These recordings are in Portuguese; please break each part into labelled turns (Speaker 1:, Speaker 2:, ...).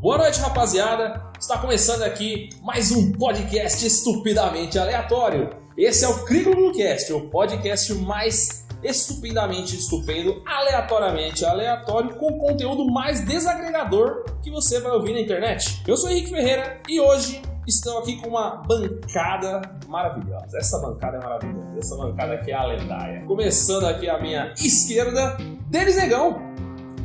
Speaker 1: Boa noite, rapaziada. Está começando aqui mais um podcast estupidamente aleatório. Esse é o Criglocast, o podcast mais estupidamente estupendo, aleatoriamente aleatório, com conteúdo mais desagregador que você vai ouvir na internet. Eu sou Henrique Ferreira e hoje estou aqui com uma bancada maravilhosa. Essa bancada é maravilhosa, essa bancada aqui é a lendária. Começando aqui à minha esquerda, Denis Negão.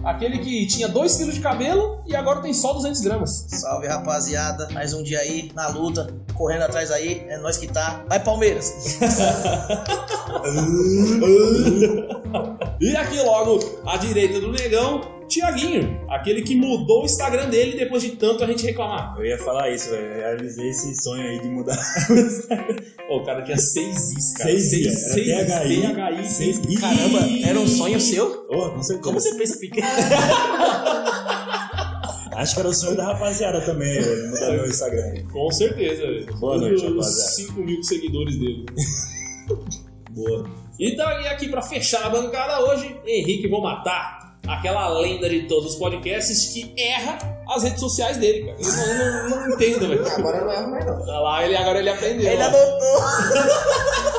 Speaker 1: Aquele que tinha 2 kg de cabelo e agora tem só 200 gramas.
Speaker 2: Salve rapaziada, mais um dia aí na luta, correndo atrás aí, é nós que tá. Vai Palmeiras!
Speaker 1: E aqui logo, à direita do negão, Tiaguinho. Aquele que mudou o Instagram dele depois de tanto a gente reclamar.
Speaker 3: Eu ia falar isso, velho. Eu Realizei esse sonho aí de mudar.
Speaker 1: Pô, o cara tinha 6 is, cara.
Speaker 3: Seis is,
Speaker 1: Seis-
Speaker 3: era
Speaker 1: seis is,
Speaker 3: THI.
Speaker 1: THI.
Speaker 3: Seis is.
Speaker 2: Caramba, era um sonho seu?
Speaker 3: Oh, com certeza.
Speaker 2: Como você pensa pequeno?
Speaker 3: Acho que era o sonho da rapaziada também, velho. Mudar meu Instagram.
Speaker 1: Com certeza, velho. Um
Speaker 3: Boa noite,
Speaker 1: Todos os
Speaker 3: rapaziada.
Speaker 1: 5 mil seguidores dele.
Speaker 3: Boa.
Speaker 1: Então, e aqui pra fechar a bancada hoje, Henrique Vou Matar. Aquela lenda de todos os podcasts que erra as redes sociais dele, cara. Eu não, não, não entendo, velho.
Speaker 4: Agora não erro mais não.
Speaker 1: Olha Tá lá, ele, agora ele aprendeu.
Speaker 2: Ele
Speaker 1: ó.
Speaker 2: adotou!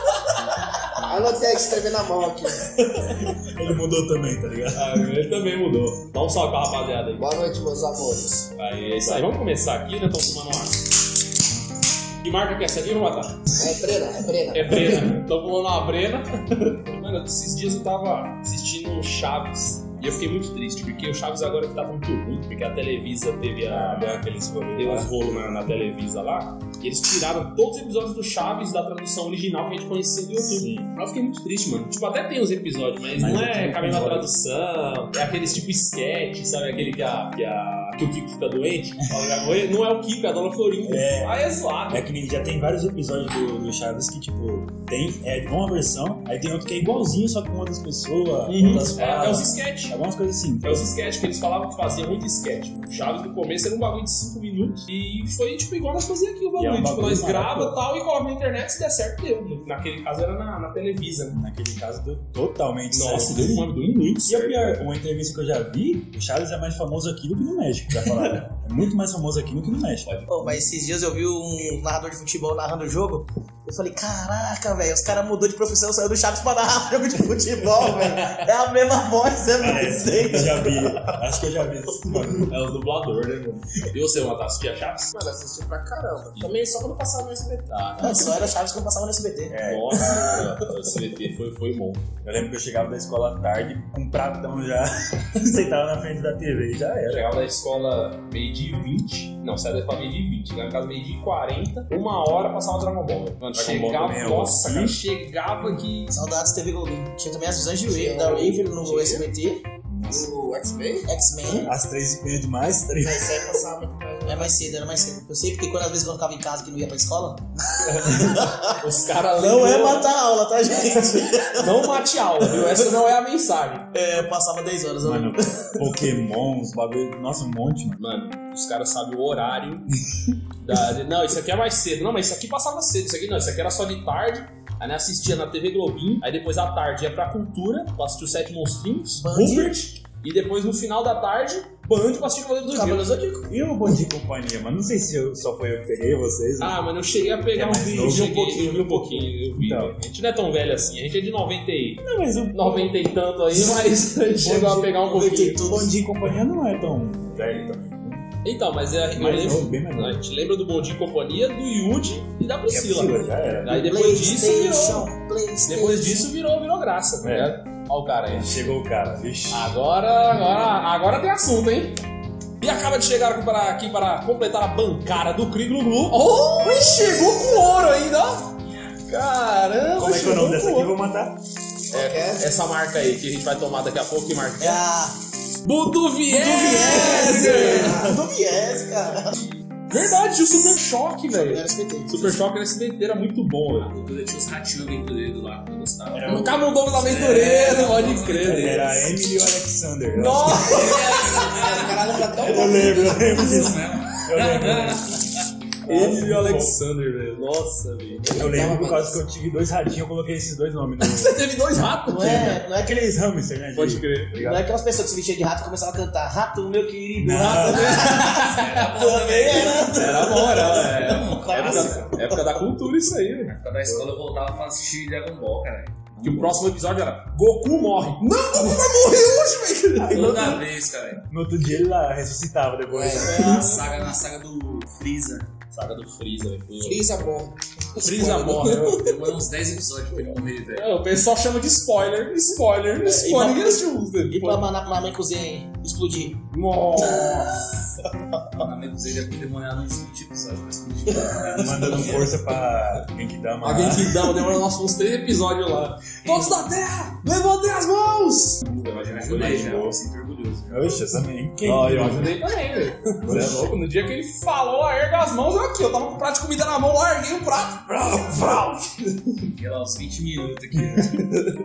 Speaker 4: Anotei que escrever na mão aqui.
Speaker 3: Ele mudou também, tá ligado?
Speaker 1: Ah, ele também mudou. Dá um salve pra rapaziada aí.
Speaker 4: Boa noite, meus amores.
Speaker 1: Aí, é isso aí. Vamos começar aqui, né? Tô fumando uma. Que marca que é essa aqui, vou matar?
Speaker 4: É Brena, é Brena.
Speaker 1: É Brena. Tô fumando uma Brena. Mano, esses dias eu tava assistindo o Chaves. E eu fiquei muito triste, porque o Chaves agora que tá muito ruim, porque a Televisa teve a.
Speaker 3: Ah, deu aqueles rolês
Speaker 1: Deu uns
Speaker 3: lá.
Speaker 1: rolos na, na Televisa lá. E eles tiraram todos os episódios do Chaves da tradução original que a gente conhecia do YouTube.
Speaker 3: Sim.
Speaker 1: Mas Eu fiquei muito triste, mano. Tipo, até tem os episódios, mas,
Speaker 3: Mas
Speaker 1: não
Speaker 3: eu
Speaker 1: é
Speaker 3: tenho
Speaker 1: caminho na
Speaker 3: episódio.
Speaker 1: tradução, é aqueles tipo sketch, sabe? Aquele que, a, que, a, que o Kiko fica doente. fala, "Já morreu." não é o Kiko, é a Dona Florinda.
Speaker 3: É.
Speaker 1: Aí é zoado.
Speaker 3: É que nem- já tem vários episódios do, do Chaves que, tipo, tem é, uma versão, aí tem outro que é igualzinho, só com outras pessoas, outras
Speaker 1: É, é os
Speaker 3: falas.
Speaker 1: sketch.
Speaker 3: Algumas coisas assim.
Speaker 1: É os sketch que eles falavam que fazia muito sketch. O Chaves no começo era um bagulho de 5 minutos e foi tipo igual nós fazia aqui o
Speaker 3: E é
Speaker 1: bagulho.
Speaker 3: um
Speaker 1: tipo,
Speaker 3: bagulho
Speaker 1: nós
Speaker 3: maravilhoso.
Speaker 1: grava tal e coloca na internet se der certo deu. Naquele caso era na, na Televisa, né?
Speaker 3: Naquele caso, deu totalmente
Speaker 1: Nossa,
Speaker 3: certo.
Speaker 1: deu um deu muito
Speaker 3: E a
Speaker 1: certo.
Speaker 3: pior, uma entrevista que eu já vi, o Chaves é mais famoso aqui do que no México, pra falar. é muito mais famoso aqui do que no México.
Speaker 2: Pô, mas esses dias eu vi um narrador de futebol narrando o jogo. Eu falei, caraca, velho, os caras mudou de profissão, saiu do Chaves pra narrar jogo de futebol, velho. É a mesma voz, é muito
Speaker 3: Eu
Speaker 2: idêntico.
Speaker 3: já vi. Acho que eu já vi. esse nome.
Speaker 1: É o dublador, né, mano? E você, Matar, assistia Chaves?
Speaker 4: Mano, assisti pra caramba. Também só quando passava no SBT.
Speaker 1: Tá,
Speaker 2: Só era o Chaves quando passava no SBT.
Speaker 1: É. Nossa, o SBT foi, foi bom.
Speaker 3: Eu lembro que eu chegava da escola à tarde com um pratão já, sentava na frente da TV e já
Speaker 1: Eu
Speaker 3: era.
Speaker 1: chegava da É escola meio de 20. Não, saia da escola meio de 20. Chegava em casa meio de 40. Uma hora passava Dragon Ball. velho. Mano,
Speaker 3: Dragon Ball
Speaker 1: chegava,
Speaker 3: também é
Speaker 1: nossa,
Speaker 3: outro,
Speaker 1: cara,
Speaker 3: cara.
Speaker 1: chegava que.
Speaker 2: Saudades TV Globinho. Tinha também as visões de
Speaker 4: Tinha.
Speaker 2: Wave, da Wave no
Speaker 4: Tinha.
Speaker 2: SBT,
Speaker 4: O X-Men?
Speaker 2: X-Men.
Speaker 3: Às três e meia de mais, três.
Speaker 4: Mas aí passava.
Speaker 2: Era mais cedo, era mais cedo. Eu sei porque quando às vezes eu ficava em casa que não ia pra escola,
Speaker 1: Os caras
Speaker 2: Não é matar a aula, tá, gente?
Speaker 1: Não mate aula, viu? Essa não é a mensagem.
Speaker 2: É, eu passava 10 horas. eu
Speaker 3: Mano, pokémons, bagulho. Nossa, um monte, mano.
Speaker 1: Mano, os caras sabem o horário. da- de- Não, isso aqui é mais cedo. Não, mas isso aqui passava cedo. Isso aqui não, isso aqui era só de tarde. Aí nós assistia na TV Globinho. Aí depois à tarde ia pra Cultura, pra assistir os Sete Monstrinhos,
Speaker 2: Band.
Speaker 1: Rupert. E depois no final da tarde, Band pra assistir Cavaleiros do Zodíaco.
Speaker 2: Cavaleiros Zodíaco.
Speaker 3: E o Bom de Companhia, mano? Não sei se eu- só foi eu que peguei vocês. né?
Speaker 1: Ah, mano, eu cheguei a pegar
Speaker 3: É
Speaker 1: um
Speaker 3: mais
Speaker 1: vídeo.
Speaker 3: novo.
Speaker 1: cheguei,
Speaker 3: Eu vi um pouquinho,
Speaker 1: eu vi um pouquinho, eu vi.
Speaker 3: Então.
Speaker 1: A gente não é tão velho assim, a gente é de 90 e,
Speaker 3: não, mas o
Speaker 1: 90 e tanto aí, mas a gente chegou a
Speaker 3: dia,
Speaker 1: pegar um pouquinho.
Speaker 3: o Bom Dia e Companhia não é tão velho também.
Speaker 1: Então, mas é, eu
Speaker 3: Mais
Speaker 1: lembro.
Speaker 3: novo, bem mais
Speaker 1: A
Speaker 3: novo.
Speaker 1: gente lembra do Bom Dia e Companhia, do Yudi e da
Speaker 3: E a
Speaker 1: Priscila.
Speaker 3: Priscila já era.
Speaker 1: Aí depois disso virou.
Speaker 2: PlayStation, PlayStation.
Speaker 1: Depois disso virou, virou graça, tá
Speaker 3: É.
Speaker 1: ligado? Ó o cara aí.
Speaker 3: Chegou o cara, vixi.
Speaker 1: Agora, agora, agora tem assunto, hein? E acaba de chegar aqui para, aqui para completar a bancada do Cri Glu Glu. Oh, e chegou com ouro ainda, ó. Caramba,
Speaker 3: Como é que é
Speaker 1: chegou
Speaker 3: o nome dessa
Speaker 1: com
Speaker 3: aqui?
Speaker 1: ouro.
Speaker 3: Vou matar.
Speaker 4: É.
Speaker 1: Essa marca aí que a gente vai tomar daqui a pouco, que marca?
Speaker 2: É a
Speaker 1: Buduvieser!
Speaker 2: do Viés, cara.
Speaker 1: Verdade, o Super Choque,
Speaker 2: Era
Speaker 1: velho.
Speaker 2: SBT.
Speaker 1: Super Choque nesse SBT era muito bom, velho.
Speaker 5: Tinha os ratinhos aventureiros lá, eu gostava.
Speaker 3: Era
Speaker 1: O
Speaker 3: o-
Speaker 1: Camundongo um do Aventureiro, pode crer. né?
Speaker 3: Era a Emily e o Alexander.
Speaker 1: Nossa!
Speaker 4: Caralho, tá tão
Speaker 3: Eu
Speaker 4: bom.
Speaker 1: né?
Speaker 3: lembro, eu lembro disso.
Speaker 5: Isso mesmo.
Speaker 3: Eu lembro.
Speaker 1: Ele e o Alexander, velho. Nossa, velho.
Speaker 3: Eu lembro por causa que eu tive dois ratinhos, eu coloquei esses dois nomes. No...
Speaker 1: Você teve dois ratos? né?
Speaker 2: Não é, não é aquele
Speaker 3: Aqueles hamster, né? de-
Speaker 1: Pode crer.
Speaker 2: Não é aquelas pessoas que se vestiam de rato e começavam a cantar Rato, meu querido,
Speaker 3: Não.
Speaker 2: rato, também era.
Speaker 1: Era bom, era. era. assim.
Speaker 2: Clássico.
Speaker 1: Época, época da cultura isso aí, velho.
Speaker 5: Da escola eu voltava pra assistir Dragon Ball, caralho.
Speaker 1: Que o próximo episódio era Goku morre. Não, Goku vai
Speaker 5: Toda vez, caralho.
Speaker 4: É.
Speaker 3: No outro dia ele lá ressuscitava depois.
Speaker 5: Na saga, na saga do Freeza.
Speaker 1: Saga do Freeza, velho.
Speaker 4: Freeza morre.
Speaker 1: Freeza morre. né?
Speaker 5: Demorou uns 10 episódios pra ele morrer, velho.
Speaker 1: É, o pessoal chama de spoiler, spoiler, spoiler. Ninguém assistiu os
Speaker 2: E pra mandar pra minha cozinha aí, explodir.
Speaker 4: Ah,
Speaker 1: Nossa.
Speaker 5: Na menos ele deve ter demorado uns 20 episódios pra explodir.
Speaker 3: Mandando força pra Genkidama.
Speaker 1: É. Alguém que dá, demorou nossa, uns três episódios lá. Todos da Terra, levantem as mãos!
Speaker 5: Eu ajudei
Speaker 1: né?
Speaker 5: já, eu me sinto orgulhoso.
Speaker 3: né? Oxe, eu também. Quem? é?
Speaker 1: Ó, eu ajudei também, velho. Você é louco? No dia que ele falou, larga as mãos, eu aqui, eu tava com o prato de comida na mão, larguei o prato. Vrau, vrau.
Speaker 5: Fiquei lá uns 20 minutos aqui. né?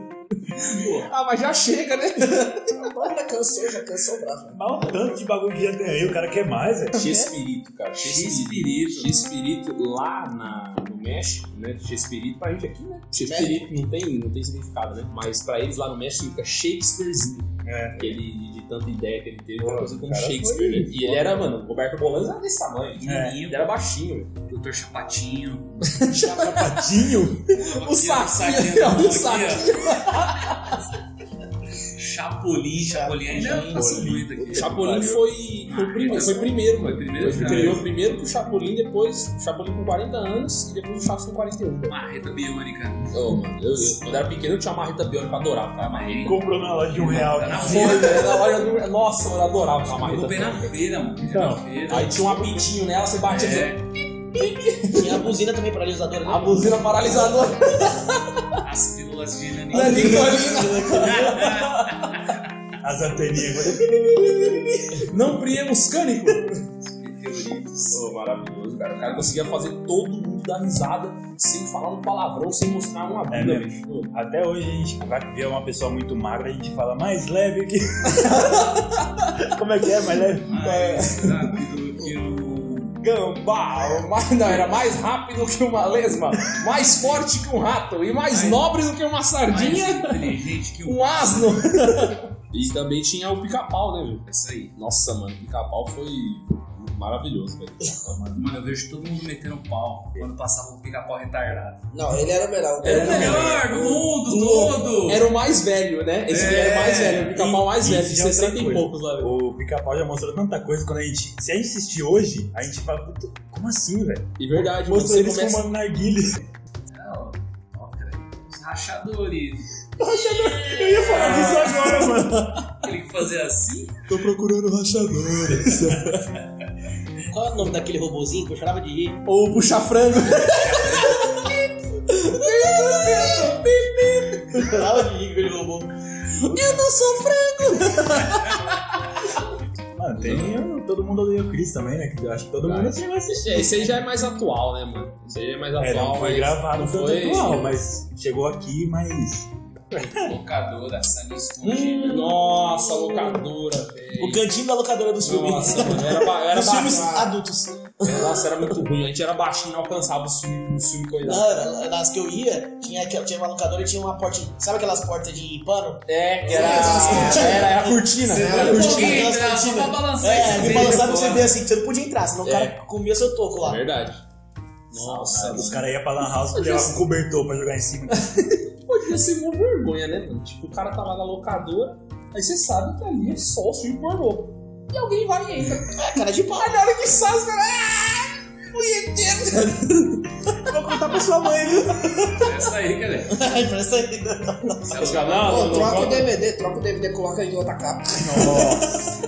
Speaker 1: Ah, mas já chega, né?
Speaker 4: Agora cansou, já cansou bravo.
Speaker 3: Mas o tanto de bagulho que já tem aí, o cara quer mais, é. velho.
Speaker 1: É. X-Espírito, cara. X-Espírito. X-Espírito lá na, no México, né? X-Espírito pra gente aqui, né? X-Espírito não tem, não tem significado, né? Mas pra eles lá no México significa Shakespearezinho.
Speaker 3: É.
Speaker 1: Que ele, de- de tanta ideia que ele teve,
Speaker 3: Pô,
Speaker 1: uma coisa como
Speaker 3: o cara
Speaker 1: Shakespeare,
Speaker 3: foi
Speaker 1: né? E ele era, mano, o Roberto Bolanos era desse tamanho.
Speaker 3: É.
Speaker 1: Ele era baixinho.
Speaker 5: Doutor Chapatinho.
Speaker 3: Patinho.
Speaker 5: Aqui, ó, saquinho na mão aqui,
Speaker 4: um
Speaker 5: ó. Chapolin, Chapolin ainda passou muito aqui.
Speaker 1: O Chapolin
Speaker 3: pariu.
Speaker 1: foi, foi, o primeiro, foi primeiro,
Speaker 5: Foi
Speaker 1: mano.
Speaker 5: primeiro,
Speaker 1: Ele
Speaker 5: cara.
Speaker 1: criou primeiro que o Chapolin, depois o Chapolin com 40 anos e depois o Chaves com 41. velho.
Speaker 5: Marreta biônica.
Speaker 1: Ô, mano, eu, eu- quando era pequeno eu tinha uma marreta biônica, eu adorava, cara.
Speaker 5: Mas ele
Speaker 3: Comprou na loja de um real.
Speaker 5: Tá na
Speaker 3: cara.
Speaker 1: Foi, velho, era hora do- Nossa, mano, eu adorava aquela
Speaker 5: Eu
Speaker 1: marreta.
Speaker 5: comprei na feira, mano.
Speaker 1: Então,
Speaker 5: na feira.
Speaker 1: Aí tinha um apitinho nela, você batia
Speaker 5: É,
Speaker 2: Tinha a buzina também né? paralisadora.
Speaker 1: a buzina né? paralisadora.
Speaker 5: as pílulas de
Speaker 1: Né,
Speaker 5: Nanini.
Speaker 1: Nicolino?
Speaker 3: As anteninhas.
Speaker 1: Não priemos cânico.
Speaker 5: Meteoritos.
Speaker 1: Ô, maravilhoso, cara. O cara conseguia fazer todo mundo dar risada sem falar um palavrão, sem mostrar uma
Speaker 3: É,
Speaker 1: bunda,
Speaker 3: né?
Speaker 1: bicho.
Speaker 3: Até hoje a gente vai ver uma pessoa muito magra, a gente fala mais leve que. Como é que é? Mais leve?
Speaker 5: Ah, Mas, rápido que o...
Speaker 1: Gambá, mas não, era mais rápido que uma lesma, mais forte que um rato e mais
Speaker 5: Ai.
Speaker 1: nobre do que uma
Speaker 5: Mais
Speaker 1: sardinha,
Speaker 5: inteligente que o...
Speaker 1: um asno. E também tinha o pica-pau, né, velho?
Speaker 5: É isso aí.
Speaker 1: Nossa, mano, o pica-pau foi maravilhoso, velho.
Speaker 5: Mano, eu vejo todo mundo metendo pau quando passava o pica-pau retardado.
Speaker 4: Não, ele era o melhor.
Speaker 1: Era
Speaker 5: Era
Speaker 1: o
Speaker 5: o
Speaker 1: melhor.
Speaker 5: melhor do mundo todo!
Speaker 1: Era o mais velho, né? Esse daí era o mais
Speaker 5: É,
Speaker 1: velho, o pica-pau mais
Speaker 3: e-
Speaker 1: velho,
Speaker 3: e
Speaker 1: de
Speaker 3: já outra
Speaker 1: 60 e
Speaker 3: coisa.
Speaker 1: poucos lá, velho.
Speaker 3: O pica-pau já mostrou tanta coisa quando a gente. Se a gente assistir hoje, a gente fala, puta, como assim, velho?
Speaker 1: E verdade,
Speaker 3: Mostrou
Speaker 1: você
Speaker 3: eles
Speaker 1: começa.
Speaker 3: fumando narguile.
Speaker 5: Não, ó, cara, Os rachadores.
Speaker 3: Eu ia falar disso agora, mano.
Speaker 5: Ele que fazia assim?
Speaker 1: Tô procurando rachadores.
Speaker 2: Qual é o nome daquele robozinho que eu chorava de rir?
Speaker 1: Ou puxa frango.
Speaker 2: Eu chorava de rir com aquele robô.
Speaker 3: Mano, tem o Todo Mundo Odeia o Chris também, né? Que eu acho que todo mundo
Speaker 1: Esse esse aí já é mais atual, né, mano? Esse aí já é mais
Speaker 3: É,
Speaker 1: atual.
Speaker 3: não foi
Speaker 1: mas
Speaker 3: gravado
Speaker 1: não
Speaker 3: tanto
Speaker 1: foi-
Speaker 3: atual, mas chegou aqui, mas.
Speaker 5: Locadora, sangue escondido.
Speaker 1: Hum, Nossa, locadora, velho.
Speaker 2: O cantinho da locadora dos filmes.
Speaker 1: Nossa, mano, era, ba- era
Speaker 2: Dos filmes
Speaker 1: baixinho.
Speaker 2: adultos.
Speaker 1: Nossa, era muito ruim. A gente era baixinho, não alcançava os filmes, os filmes coisa.
Speaker 2: Não, era- nas que eu ia, tinha, aquela- tinha uma locadora e tinha uma porta. Sabe aquelas portas de pano?
Speaker 1: É, que era,
Speaker 4: Sim, sim.
Speaker 1: era, era a cortina.
Speaker 4: Sim,
Speaker 1: Era a
Speaker 4: era
Speaker 5: Um
Speaker 1: cortina.
Speaker 5: pouquinho,
Speaker 2: aquelas
Speaker 5: era só pra
Speaker 2: cortinas.
Speaker 5: balançar
Speaker 2: É,
Speaker 5: esse
Speaker 2: me
Speaker 5: beijo
Speaker 2: balançava pra você
Speaker 5: fora.
Speaker 2: ver assim, que você não podia entrar, senão o
Speaker 1: É.
Speaker 2: cara comia seu toco lá.
Speaker 1: Verdade. Nossa,
Speaker 3: Os
Speaker 1: mano.
Speaker 3: caras iam pra Lan House e levavam um cobertor pra jogar em cima.
Speaker 1: Podia ser uma vergonha, né, mano? Tipo, o cara tá lá na locadora, aí você sabe que ali é só o filme pornô. E alguém vai e entra.
Speaker 2: É, cara de pau.
Speaker 1: Aí na hora que sai, os caras. "Ah, punheteiro."
Speaker 3: Vou contar pra sua mãe, viu?
Speaker 5: É isso aí, cara.
Speaker 2: Ai, parece aí. né?
Speaker 1: Os caras, não,
Speaker 4: Pô,
Speaker 1: não,
Speaker 4: troca
Speaker 1: não,
Speaker 4: o DVD, troca o DVD, coloca em outra capa.
Speaker 3: tipo,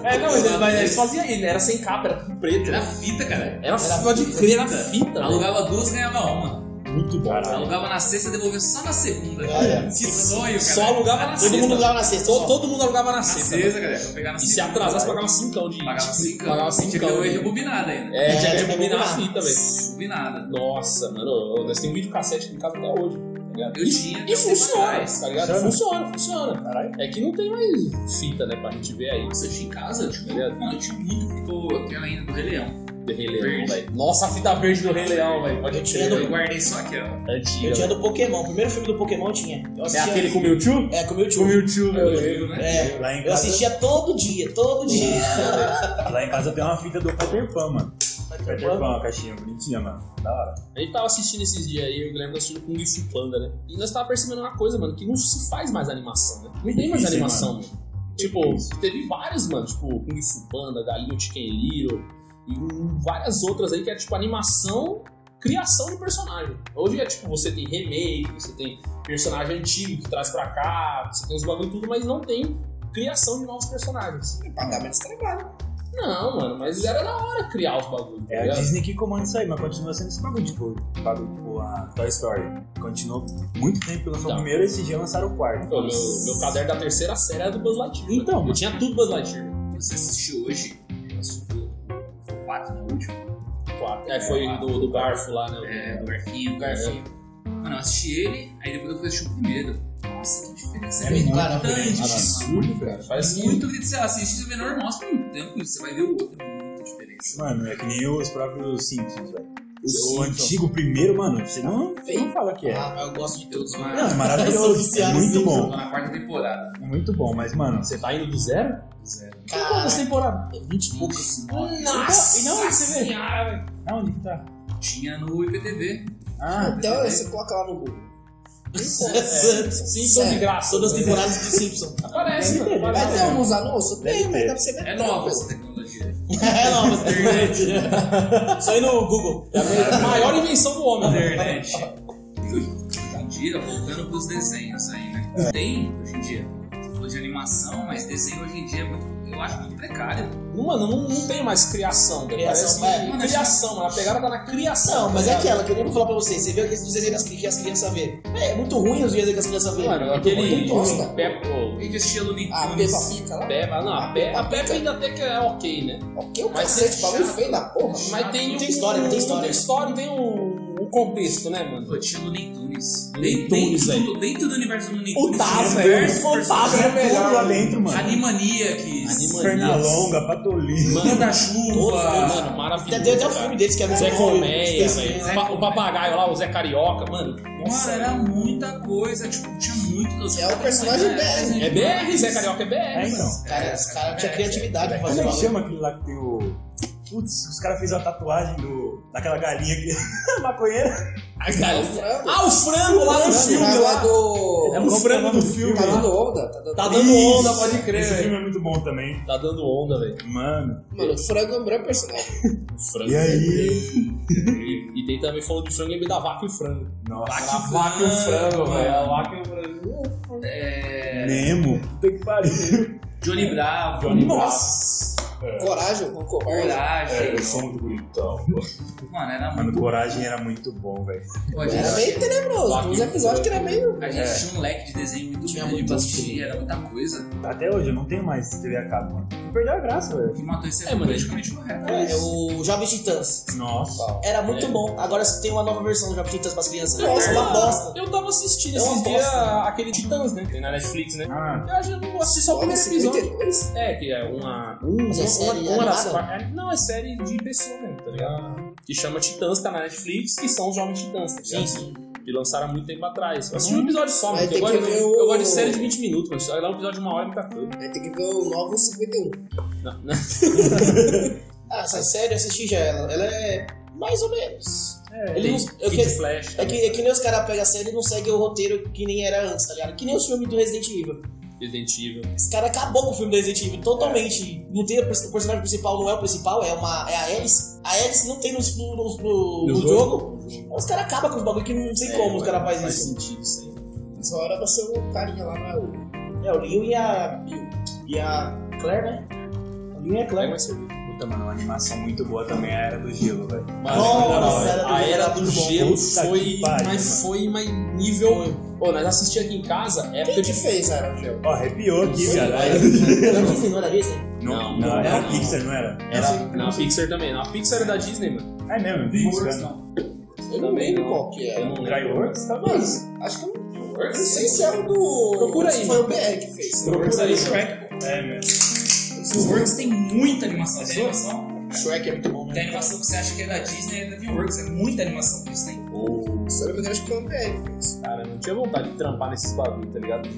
Speaker 1: É, não, ele, mas ele fazia ele, era sem capa, era tudo preto.
Speaker 5: Era fita, cara.
Speaker 1: Era pode crer, era fita. velho.
Speaker 5: Alugava duas, ganhava uma.
Speaker 1: Muito bom.
Speaker 3: Caralho.
Speaker 5: Alugava na sexta, devolvia só na segunda.
Speaker 2: Olha,
Speaker 5: Que sonho, cara.
Speaker 1: Só alugava na
Speaker 5: Todo
Speaker 2: Todo
Speaker 1: sexta.
Speaker 2: mundo lá na sexta.
Speaker 1: Todo,
Speaker 2: Só,
Speaker 1: todo mundo alugava na
Speaker 5: Na
Speaker 1: sexta.
Speaker 5: sexta, cara. Pra pegar na
Speaker 1: E se
Speaker 5: segunda.
Speaker 1: atrasasse, pagava cincão de.
Speaker 5: Pagava
Speaker 1: de-
Speaker 5: cinco
Speaker 1: Pagava
Speaker 5: anos. Tinha que
Speaker 1: cincão.
Speaker 5: ter
Speaker 1: de-
Speaker 5: rebobinada ainda.
Speaker 1: É,
Speaker 2: É,
Speaker 1: tinha que
Speaker 2: tinha que
Speaker 1: rebobinar a
Speaker 2: rebobinar.
Speaker 1: fita, velho.
Speaker 5: Rebobinada.
Speaker 1: Nossa, mano, nós temos um videocassete aqui em casa até hoje. ligado?
Speaker 5: Eu tinha, tem
Speaker 1: E
Speaker 5: um tempo
Speaker 1: funciona,
Speaker 5: atrás.
Speaker 1: tá ligado?
Speaker 3: Funciona?
Speaker 1: Funciona, funciona.
Speaker 3: Caralho.
Speaker 1: É que não tem mais fita, né, pra gente ver aí.
Speaker 5: Nossa, eu tinha em casa, tipo, eu tinha,
Speaker 1: Beleza.
Speaker 5: mano, eu tinha muito, ficou, eu tenho ainda do Rei Leão.
Speaker 1: De Rei Leão,
Speaker 5: Verde.
Speaker 1: velho. Nossa, a fita verde do Rei Leão, velho. Pode crer,
Speaker 2: Eu tinha
Speaker 5: Eu
Speaker 1: velho.
Speaker 5: guardei só aquela.
Speaker 1: Antiga.
Speaker 2: Eu tinha
Speaker 1: velho.
Speaker 2: do Pokémon. O primeiro filme do Pokémon eu tinha. Eu
Speaker 1: É
Speaker 2: assistia...
Speaker 1: aquele com o Mewtwo?
Speaker 2: É, com o meu
Speaker 1: Com o
Speaker 2: tio.
Speaker 1: Mewtwo,
Speaker 5: Eu
Speaker 1: velho.
Speaker 5: lembro, né?
Speaker 2: É.
Speaker 3: Lá em
Speaker 2: Eu
Speaker 3: casa,
Speaker 2: assistia todo dia, todo dia.
Speaker 3: Ah, lá em casa tem uma fita do Peter Pan, mano. Peter Pan, uma caixinha bonitinha, mano. Da hora.
Speaker 1: A gente tava assistindo esses dias aí, eu lembro assistindo Kung Fu Panda, né? E nós tava percebendo uma coisa, mano, que não se faz mais animação, né? Não tem mais
Speaker 3: Difícil,
Speaker 1: animação, mano. Tipo,
Speaker 3: Difícil.
Speaker 1: teve vários, mano, tipo Kung Fu Panda, Galinho Chicken Little e hum, várias outras aí que é tipo animação, criação de personagem. Hoje é tipo, você tem remake, você tem personagem antigo que traz pra cá, você tem os bagulho e tudo, mas não tem criação de novos personagens.
Speaker 4: Pagar menos trabalho.
Speaker 1: Não, mano, mas era da hora criar os tá bagulhos.
Speaker 3: É a Disney que comanda isso aí, mas continua sendo esse bagulho, tipo, bagulho, tipo a Toy Story. Continuou muito tempo, lançou
Speaker 1: Tá.
Speaker 3: o primeiro e esse dia lançaram o quarto.
Speaker 1: Pô, meu, tá meu caderno da terceira série era do Buzz Lightyear.
Speaker 3: Então,
Speaker 1: mano. eu
Speaker 3: mano.
Speaker 1: tinha tudo Buzz Lightyear.
Speaker 5: Você assistiu hoje, eu assisti foi o 4, né? O último.
Speaker 1: Quatro. É, foi
Speaker 5: lá.
Speaker 1: do, do Garfo lá,
Speaker 5: É,
Speaker 1: né?
Speaker 5: do Garfinho, o Garfinho. Mano, eu assisti ele, aí depois eu fui assistir o primeiro. Nossa, que diferença.
Speaker 3: É muito
Speaker 5: grande, mano.
Speaker 1: Absurdo, cara. Parece que-
Speaker 5: Muito grande. Você assiste o menor mostra um tempo e você vai ver o outro. É muita diferença.
Speaker 3: Mano, é que nem os próprios Simpsons, velho. O
Speaker 1: Simpsons.
Speaker 3: antigo primeiro, mano, você não, você não fala que é.
Speaker 2: Ah, eu gosto de
Speaker 5: Eu
Speaker 2: todos.
Speaker 5: tô
Speaker 3: Não, é
Speaker 5: na,
Speaker 2: Eu sou
Speaker 3: maravilhoso.
Speaker 2: viciado
Speaker 3: É
Speaker 2: em
Speaker 3: muito
Speaker 2: Simpsons.
Speaker 5: tô
Speaker 3: bom.
Speaker 5: na quarta temporada.
Speaker 3: É muito bom, mas, mano,
Speaker 1: Você tá indo do zero?
Speaker 5: Zero.
Speaker 2: Cara,
Speaker 4: Ah,
Speaker 1: temporadas?
Speaker 3: 20 e poucos.
Speaker 1: Nossa! E não, você vê.
Speaker 3: Aonde que tá?
Speaker 5: Tinha no IPTV.
Speaker 3: Ah,
Speaker 4: Então, você coloca lá no Google.
Speaker 1: Simpsons de graça.
Speaker 2: todas as temporadas de Simpsons.
Speaker 1: Aparece, mano.
Speaker 4: Vai ter
Speaker 1: Aparece.
Speaker 4: alguns anúncios? Tem, mas deve ser
Speaker 5: É nova essa tecnologia.
Speaker 2: É nova essa tecnologia. Só ir no Google.
Speaker 1: É a maior invenção do homem. né?
Speaker 5: Internet. Hoje em dia, voltando pros desenhos aí, né? Tem, hoje em dia. Você falou de animação, mas desenho hoje em dia é muito, eu acho muito precário.
Speaker 1: Não, Mano, não, não tem mais criação. cara.
Speaker 2: Criação, é.
Speaker 1: Parece que-
Speaker 5: vai.
Speaker 1: criação, mano. A pegada tá na criação.
Speaker 2: Não, mas é
Speaker 1: tá ligado?
Speaker 2: aquela que eu nem vou falar pra vocês. Você viu aqueles desenhos das cri- que as crianças vê? É, é muito ruim os desenhos é- que as crianças vê.
Speaker 1: Mano,
Speaker 2: Muito
Speaker 1: é aquele.
Speaker 2: bosta.
Speaker 1: Peppa.
Speaker 5: E de estilo Nick
Speaker 2: Ah,
Speaker 4: A
Speaker 5: Tunes.
Speaker 4: Peppa fica lá.
Speaker 1: Peppa. Não, a Peppa a Peppa ainda até que é ok, né?
Speaker 4: Que o
Speaker 1: Mas
Speaker 4: cacete,
Speaker 1: tem-
Speaker 4: bagulho feio da porra.
Speaker 1: Mas tem,
Speaker 2: Não
Speaker 1: um-
Speaker 2: tem história, não tem história.
Speaker 1: Não tem história, não tem um, um contexto, né, mano?
Speaker 5: Pô, tinha o Looney Tunes.
Speaker 1: Looney Tunes,
Speaker 5: dentro, do, dentro do universo do Looney
Speaker 2: O
Speaker 5: Tunes. tinha
Speaker 2: Tazo,
Speaker 5: diversos
Speaker 2: velho. O Tazo
Speaker 5: personagens.
Speaker 2: é melhor.
Speaker 3: tudo lá dentro, mano.
Speaker 5: Animaniacs.
Speaker 1: Animaniacs.
Speaker 3: Pernalonga, Patolino.
Speaker 1: Mano,
Speaker 5: Manda-chuva.
Speaker 1: né, mano,
Speaker 2: Até
Speaker 1: maravilhoso.
Speaker 2: tem até o
Speaker 1: cara.
Speaker 2: filme deles que é muito
Speaker 1: Zé
Speaker 2: bom.
Speaker 1: Colmeia,
Speaker 2: Space
Speaker 1: velho.
Speaker 2: Man.
Speaker 5: Zé
Speaker 1: Pa- O
Speaker 5: Colmeia.
Speaker 1: papagaio lá, o Zé Carioca, mano.
Speaker 5: Mano, era muita coisa. Tipo, tinha muito das
Speaker 4: É o personagem BR.
Speaker 5: né?
Speaker 1: É BR, Zé Carioca é BR.
Speaker 3: É,
Speaker 1: mano.
Speaker 3: então.
Speaker 2: Cara, os caras tinham criatividade pra
Speaker 3: Como
Speaker 2: fazer
Speaker 3: é que
Speaker 2: bagulho.
Speaker 3: chama aquele lá que tem o. Putz, os caras fizeram a tatuagem do... daquela galinha que. maconheira.
Speaker 1: A galinha-
Speaker 4: frango.
Speaker 1: Ah, o frango lá no
Speaker 2: Frango,
Speaker 1: filme.
Speaker 4: Tá lá
Speaker 1: lá.
Speaker 4: do.
Speaker 1: É um frango do filme.
Speaker 4: Tá lá no Onda. Tá dando.
Speaker 1: Tá dando onda, pode crer,
Speaker 3: Esse
Speaker 1: velho.
Speaker 3: filme é muito bom também.
Speaker 1: Tá dando onda, velho.
Speaker 3: Mano.
Speaker 4: Mano, o frango é um grande personagem.
Speaker 1: O frango.
Speaker 3: E aí?
Speaker 1: E, e tem também falando de frango, lembrei da vaca e o frango.
Speaker 3: Nossa.
Speaker 1: A vaca e o frango,
Speaker 5: mano.
Speaker 1: velho. A vaca e o frango.
Speaker 5: É,
Speaker 3: Nemo. Puta que pariu.
Speaker 5: Johnny Bravo.
Speaker 3: Nossa.
Speaker 4: Coragem, um covarde.
Speaker 1: É,
Speaker 5: Coragem.
Speaker 3: muito bonitão.
Speaker 5: Mano, era muito.
Speaker 3: Mano, Coragem era muito bom, velho.
Speaker 5: Pô, a
Speaker 4: Era
Speaker 5: gente,
Speaker 4: meio tenebroso. Tem uns episódios que era meio.
Speaker 5: a gente tinha um leque de desenho muito
Speaker 2: É. Tinha
Speaker 5: grande
Speaker 2: muito assim.
Speaker 5: pra assistir. Era muita coisa.
Speaker 3: Até hoje eu não tenho mais TV a cabo, mano. Perdeu a graça, velho.
Speaker 5: O que matou isso
Speaker 1: É,
Speaker 5: é
Speaker 1: mano.
Speaker 5: politicamente correto.
Speaker 2: É, o Jovem Titãs.
Speaker 3: Nossa.
Speaker 2: Era muito
Speaker 1: É.
Speaker 2: bom. Agora tem uma nova versão do Jovem Titãs pras crianças.
Speaker 4: Nossa,
Speaker 2: Nossa, uma
Speaker 1: Ah,
Speaker 2: bosta.
Speaker 1: Eu tava assistindo
Speaker 2: É uma
Speaker 1: esses dias
Speaker 2: bosta.
Speaker 1: aquele Titãs, né? Tem na Netflix, né?
Speaker 3: Ah,
Speaker 1: Eu acho que eu não assisti só o primeiro episódio.
Speaker 4: 52.
Speaker 1: É, que é uma.
Speaker 2: Mas é
Speaker 1: uma,
Speaker 2: série
Speaker 1: uma, uma das
Speaker 2: animada?
Speaker 1: par- é- Não, é série de pessoa mesmo, tá ligado? Que chama Titãs, tá na Netflix, que são os jovens titãs, tá ligado?
Speaker 2: sim. Uhum.
Speaker 1: Que lançaram há muito tempo atrás. Eu assisti um episódio só,
Speaker 4: Mas
Speaker 1: mano. porque Eu,
Speaker 4: tem que
Speaker 1: gosto-
Speaker 4: ver
Speaker 1: eu,
Speaker 4: o-
Speaker 1: gosto de série de 20 minutos, mano. Só lá um episódio de uma hora me cacou.
Speaker 4: Aí tem que ver o novo 51.
Speaker 1: Não, não.
Speaker 2: Ah, essa série eu assisti já ela. Ela é mais ou menos.
Speaker 3: é.
Speaker 2: Ele não, eu
Speaker 1: Kid
Speaker 2: que-
Speaker 1: Flash.
Speaker 2: é, que, é que nem os caras pegam a série e não seguem o roteiro que nem era antes, tá ligado? Que nem os filmes do Resident Evil.
Speaker 1: Resident Evil.
Speaker 2: Esse cara acabou com o filme do Resident Evil totalmente.
Speaker 4: É.
Speaker 2: Não tem o pers- o personagem principal, não é o principal, é, uma, é a Alice. A Alice não tem no, no- no- no- no jogo. Os caras acabam com os bagulho que não sei
Speaker 4: É,
Speaker 2: como os caras fazem
Speaker 1: é, faz
Speaker 2: isso.
Speaker 1: sentido isso aí.
Speaker 4: Essa hora vai ser o carinha lá né? na U.
Speaker 2: É, o Leon e a. E a Claire, né? O Leon e a
Speaker 1: Vai
Speaker 2: Claire.
Speaker 1: É mais servir.
Speaker 3: Puta, mano, uma animação muito boa também é a Era do Gelo, velho.
Speaker 2: Nossa, era do
Speaker 1: a
Speaker 2: gelo
Speaker 1: era
Speaker 2: era
Speaker 1: do
Speaker 2: muito bom.
Speaker 1: gelo
Speaker 3: Puta
Speaker 1: foi,
Speaker 3: que pariu,
Speaker 1: mas foi, mas nível. Pô, nós assistimos aqui em casa, época
Speaker 4: Quem que
Speaker 1: de
Speaker 4: fez, Arangel?
Speaker 3: Ó, arrepiou aqui,
Speaker 1: Sim,
Speaker 3: cara.
Speaker 1: vai.
Speaker 2: Não, Disney não era Disney?
Speaker 1: Não,
Speaker 3: Não,
Speaker 1: não,
Speaker 3: não,
Speaker 1: não.
Speaker 3: era a Pixar, não era?
Speaker 1: Era na Pixar também. A Pixar era é da Disney, mano.
Speaker 3: É mesmo, tem
Speaker 5: Tem
Speaker 3: música.
Speaker 5: não.
Speaker 4: Eu não
Speaker 1: Também
Speaker 4: lembro
Speaker 1: não.
Speaker 4: qual que
Speaker 1: Eu
Speaker 4: é.
Speaker 1: não lembro.
Speaker 3: um Cryworks, talvez.
Speaker 4: Mas acho que eu não
Speaker 5: Works?
Speaker 4: sei se é o do.
Speaker 1: Procura aí.
Speaker 4: se Foi o BR que fez.
Speaker 1: Procura aí.
Speaker 5: Shrek, pô.
Speaker 3: É, mesmo.
Speaker 5: Os Works tem muita animação. Tem animação,
Speaker 4: Shrek é muito bom,
Speaker 5: tem
Speaker 4: né?
Speaker 5: animação que você acha que é da Disney, é da DreamWorks. É muita animação que eles têm.
Speaker 4: Se eu não me engano, acho que foi o BR que fez.
Speaker 1: Cara, eu não tinha vontade de trampar nesses bagulho, tá ligado?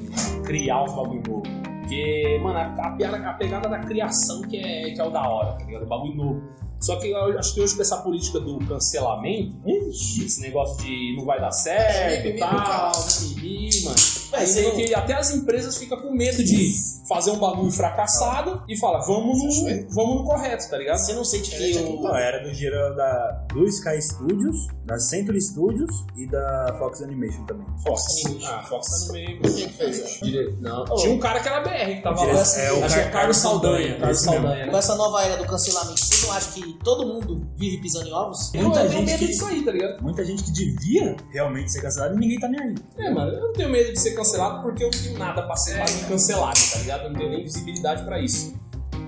Speaker 1: Criar uns bagulho novo. Porque, mano, a, a piada, a pegada da criação que é, que é o da hora, tá ligado? O bagulho novo. Só que eu acho que hoje com essa política do cancelamento, esse negócio de não vai dar certo
Speaker 4: É,
Speaker 1: e
Speaker 4: mimimi,
Speaker 1: tal,
Speaker 4: cara.
Speaker 1: mimimi, mano.
Speaker 2: Mas
Speaker 1: Aí
Speaker 2: eu-
Speaker 1: que até as empresas ficam com medo de fazer um bagulho fracassado
Speaker 2: Ah.
Speaker 1: e fala, vamos no, vamos no correto, tá ligado? tipo,
Speaker 2: Você não sente que o.
Speaker 3: Não, era do dinheiro da, do Sky Studios, da Century Studios e da Fox Animation também.
Speaker 1: Fox. Ah, Fox tá no meio.
Speaker 4: Quem que fez? acho?
Speaker 1: Dire- Não. Tinha um cara que era BR que tava lá.
Speaker 3: Dire-
Speaker 1: É, o Car- Carlos Saldanha. Carlos
Speaker 3: Esse mesmo.
Speaker 1: Saldanha, né?
Speaker 2: Com essa nova era do cancelamento, você não acha que todo mundo vive pisando em ovos?
Speaker 1: Eu, eu
Speaker 3: Muita
Speaker 1: tenho
Speaker 3: gente
Speaker 1: medo
Speaker 3: que-
Speaker 1: disso aí, tá ligado?
Speaker 3: Muita gente que devia realmente ser cancelada e ninguém tá nem aí.
Speaker 1: É, mano, eu não tenho medo de ser cancelado porque eu não tenho nada pra ser pra me cancelado, tá ligado? Eu não tenho nem visibilidade pra isso.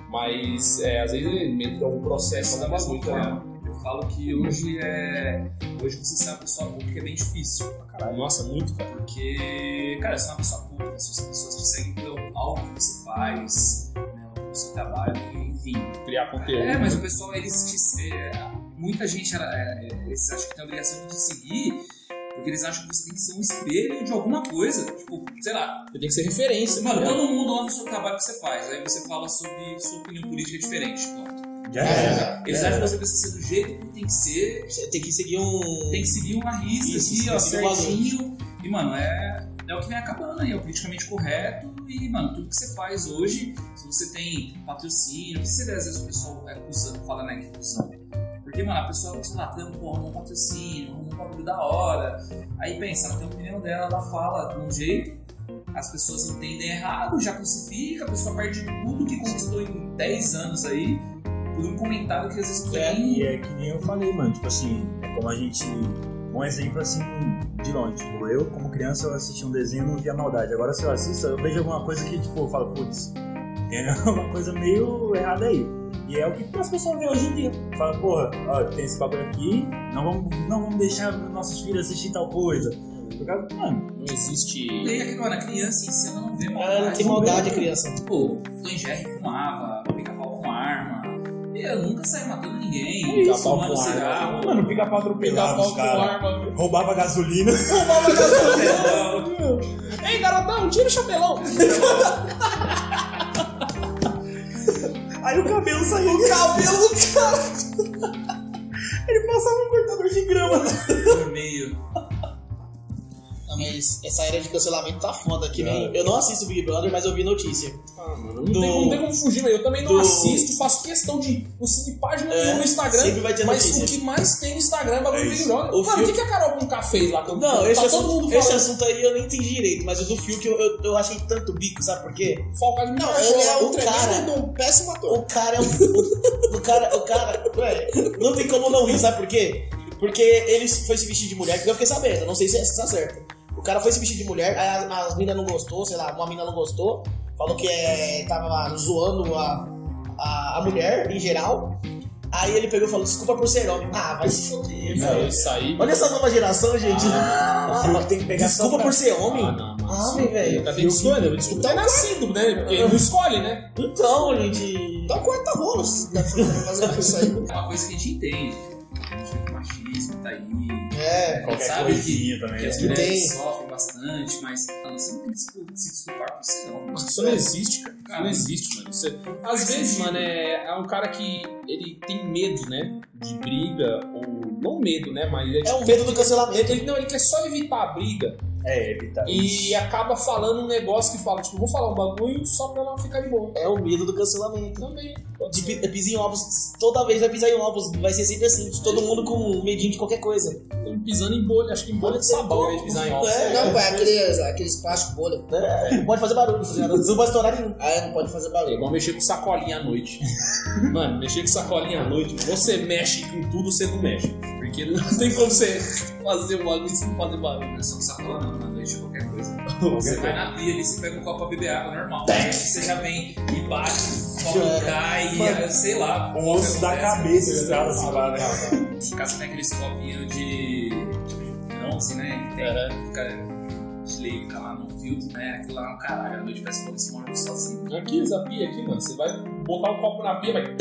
Speaker 1: Mas, é, às vezes, eu medo de algum processo da
Speaker 5: mesma
Speaker 1: muito, né?
Speaker 5: forma, Eu falo que hoje é. Hoje você ser uma pessoa pública é bem difícil.
Speaker 1: Caralho, nossa, muito, cara.
Speaker 5: Porque, cara, você é uma pessoa pública, se as pessoas te seguem pelo algo que você faz, né, pelo seu trabalho, enfim.
Speaker 1: Criar conteúdo.
Speaker 5: É, mas o pessoal, eles te. é, muita gente, ela- é, é, eles acham que tem a obrigação de te seguir. Porque eles acham que você tem que ser um espelho de alguma coisa. Tipo, sei lá.
Speaker 1: Você tem que ser referência.
Speaker 5: Mano,
Speaker 1: tá ligado?
Speaker 5: todo mundo ama o seu trabalho que você faz. Aí você fala sobre sua opinião política diferente. Pronto.
Speaker 3: Já
Speaker 4: É.
Speaker 5: Eles acham que você precisa ser do jeito que tem que ser
Speaker 2: Você tem que seguir um.
Speaker 5: tem que seguir uma risca
Speaker 2: Isso,
Speaker 5: aqui, ó,
Speaker 2: seguir o
Speaker 5: certinho. E, mano, é, é o que vem acabando aí, é o politicamente correto. E, mano, tudo que você faz hoje, se você tem patrocínio, por que você vê às vezes o pessoal é, cuzão, fala, né, que é cuzão? Porque, mano, a pessoa, sei lá, trampa, arruma um patrocínio, arruma um bagulho da hora. Aí pensa, ela tem a opinião dela, ela fala de um jeito, as pessoas entendem errado, já crucifica, a pessoa perde tudo que conquistou em 10 anos aí por um comentário que às vezes não foi
Speaker 2: É,
Speaker 5: nem
Speaker 3: E é que nem eu falei, mano, tipo assim, é como a gente. Um exemplo assim de longe. Tipo, eu, como criança, eu assisti um desenho e não via maldade. Agora se eu assisto, eu vejo alguma coisa que, tipo, eu falo, putz, tem alguma coisa meio errada aí. E é o que as pessoas veem hoje em dia. Fala, porra, ó, tem esse bagulho aqui, não vamos, não vamos deixar nossos filhos assistir tal coisa. Por causa, mano,
Speaker 1: Não existe.
Speaker 5: Tem aqui, mano, a criança em si ela não vê maldade.
Speaker 2: Ela não tem Ah, maldade, criança.
Speaker 5: Tipo, Tom Jerry fumava, pegava pau com arma. E eu nunca saí matando ninguém,
Speaker 1: Pegava pau
Speaker 5: fumando
Speaker 1: com arma.
Speaker 5: cigarro.
Speaker 3: mano, o pica-pau atropelava os caras. Roubava gasolina.
Speaker 1: Ei, garotão, tira o chapelão!
Speaker 3: Aí o cabelo saía.
Speaker 2: O cabelo do cara.
Speaker 3: Ele passava um cortador de grama.
Speaker 5: no meio.
Speaker 2: Não, mas essa era de cancelamento tá foda. Que nem.
Speaker 3: Cara.
Speaker 2: Eu não assisto Big Brother, mas eu vi notícia.
Speaker 1: Ah, mano, não,
Speaker 2: Do-
Speaker 1: tem, não tem como fugir, velho. Eu também não
Speaker 2: do-
Speaker 1: assisto, faço questão de não seguir página
Speaker 2: É,
Speaker 1: nenhuma no Instagram.
Speaker 2: sempre vai ter
Speaker 1: mas
Speaker 2: notícia.
Speaker 1: o que mais tem no Instagram é bagulho
Speaker 3: É
Speaker 1: do Big
Speaker 3: isso.
Speaker 1: Brother.
Speaker 2: O
Speaker 1: Mano, o
Speaker 2: fio-
Speaker 1: que, que a Carol Conká fez lá? Que eu-
Speaker 4: é?
Speaker 2: Não, esse,
Speaker 1: tá
Speaker 2: assunto,
Speaker 1: todo mundo
Speaker 2: esse é
Speaker 1: falando.
Speaker 2: assunto aí eu nem entendi direito, mas o do Fiuk eu, eu, eu achei tanto bico, sabe por quê?
Speaker 1: Falcado de
Speaker 4: Não,
Speaker 1: cachorro.
Speaker 4: ele é
Speaker 2: o
Speaker 4: um tremendo
Speaker 2: cara-
Speaker 4: de um péssimo ator.
Speaker 2: O cara é um. o cara, o cara. velho, Não tem como não rir, sabe por quê? Porque ele foi se vestir de mulher, que eu fiquei sabendo, não sei se isso tá certo. O cara foi se vestir de mulher, aí as, as minas não gostou, sei lá, uma mina não gostou, falou que é, tava zoando a, a, a mulher em geral. Aí ele pegou e falou, desculpa por ser homem. Ah, vai se foder,
Speaker 1: Não,
Speaker 2: velho.
Speaker 1: isso Ah. aí.
Speaker 2: Olha essa nova geração, gente.
Speaker 3: O Fiuk tem que pegar
Speaker 2: Ah. desculpa
Speaker 3: só
Speaker 2: por
Speaker 3: pra-
Speaker 2: ser homem?
Speaker 1: Ah, não, mano.
Speaker 2: Ah, velho.
Speaker 1: Tá tendo escolha, desculpa. Tá nascido, né? Porque ele não escolhe, né?
Speaker 2: Então, gente.
Speaker 4: Então corta rolo se
Speaker 2: tá
Speaker 4: dá pra fazer com isso aí.
Speaker 5: É uma coisa que a gente entende. A gente vê que o machismo tá aí.
Speaker 4: É.
Speaker 5: A gente
Speaker 3: Qualquer
Speaker 5: sabe que,
Speaker 3: coisinha também.
Speaker 5: que as
Speaker 3: né?
Speaker 5: mulheres
Speaker 4: Tem.
Speaker 5: sofrem bastante, mas mano, você não tem que se se desculpar por ser homem.
Speaker 1: Nossa, isso não existe, cara. Isso não
Speaker 5: Cara,
Speaker 1: existe, mano. Isso é- Às vezes, mano, é... é um cara que ele tem medo, né? De briga, ou não medo, né? Mas é,
Speaker 2: É
Speaker 1: tipo,
Speaker 2: o medo do cancelamento.
Speaker 1: ele, ele- não, ele quer só evitar a briga
Speaker 3: É, evitar.
Speaker 1: e acaba falando um negócio que fala, tipo, vou falar um bagulho só pra não ficar de boa.
Speaker 2: É o medo do cancelamento.
Speaker 1: Também.
Speaker 2: De pi- pisar em ovos, toda vez vai pisar em ovos, vai ser sempre assim, de todo mundo com medinho de qualquer coisa.
Speaker 1: Tô Então, pisando em bolha, acho que em bolha de sabão ao invés de pisar em ovos.
Speaker 2: É.
Speaker 4: Não, pô, é aqueles, aqueles plásticos bolha.
Speaker 2: né? Não pode fazer barulho, tá ligado? não pode estourar nenhum.
Speaker 4: Ah, é, não pode fazer
Speaker 1: É
Speaker 4: barulho.
Speaker 1: igual mexer com sacolinha à noite. Mano, mexer com sacolinha à noite, você mexe com tudo, você não mexe. Porque não tem como você fazer um bagulho sem fazer barulho.
Speaker 5: Não é só sacola não, mano, deixa qualquer coisa. Você vai na pia ali, você pega um copo pra beber água, normal. Você já vem e bate. copo cai, e aí, sei lá.
Speaker 3: Um
Speaker 5: qual que
Speaker 3: osso da
Speaker 5: acontece.
Speaker 3: cabeça estrala assim lá, né?
Speaker 5: Em casa tem aqueles copinhos de. de bronze, né? Que tem.
Speaker 3: É.
Speaker 5: Fica. Chile fica lá no filtro, né? Aquilo lá no caralho. A noite parece que você morre sozinho.
Speaker 1: Aqui, essa pia aqui, mano. Você vai botar o copo na pia, vai.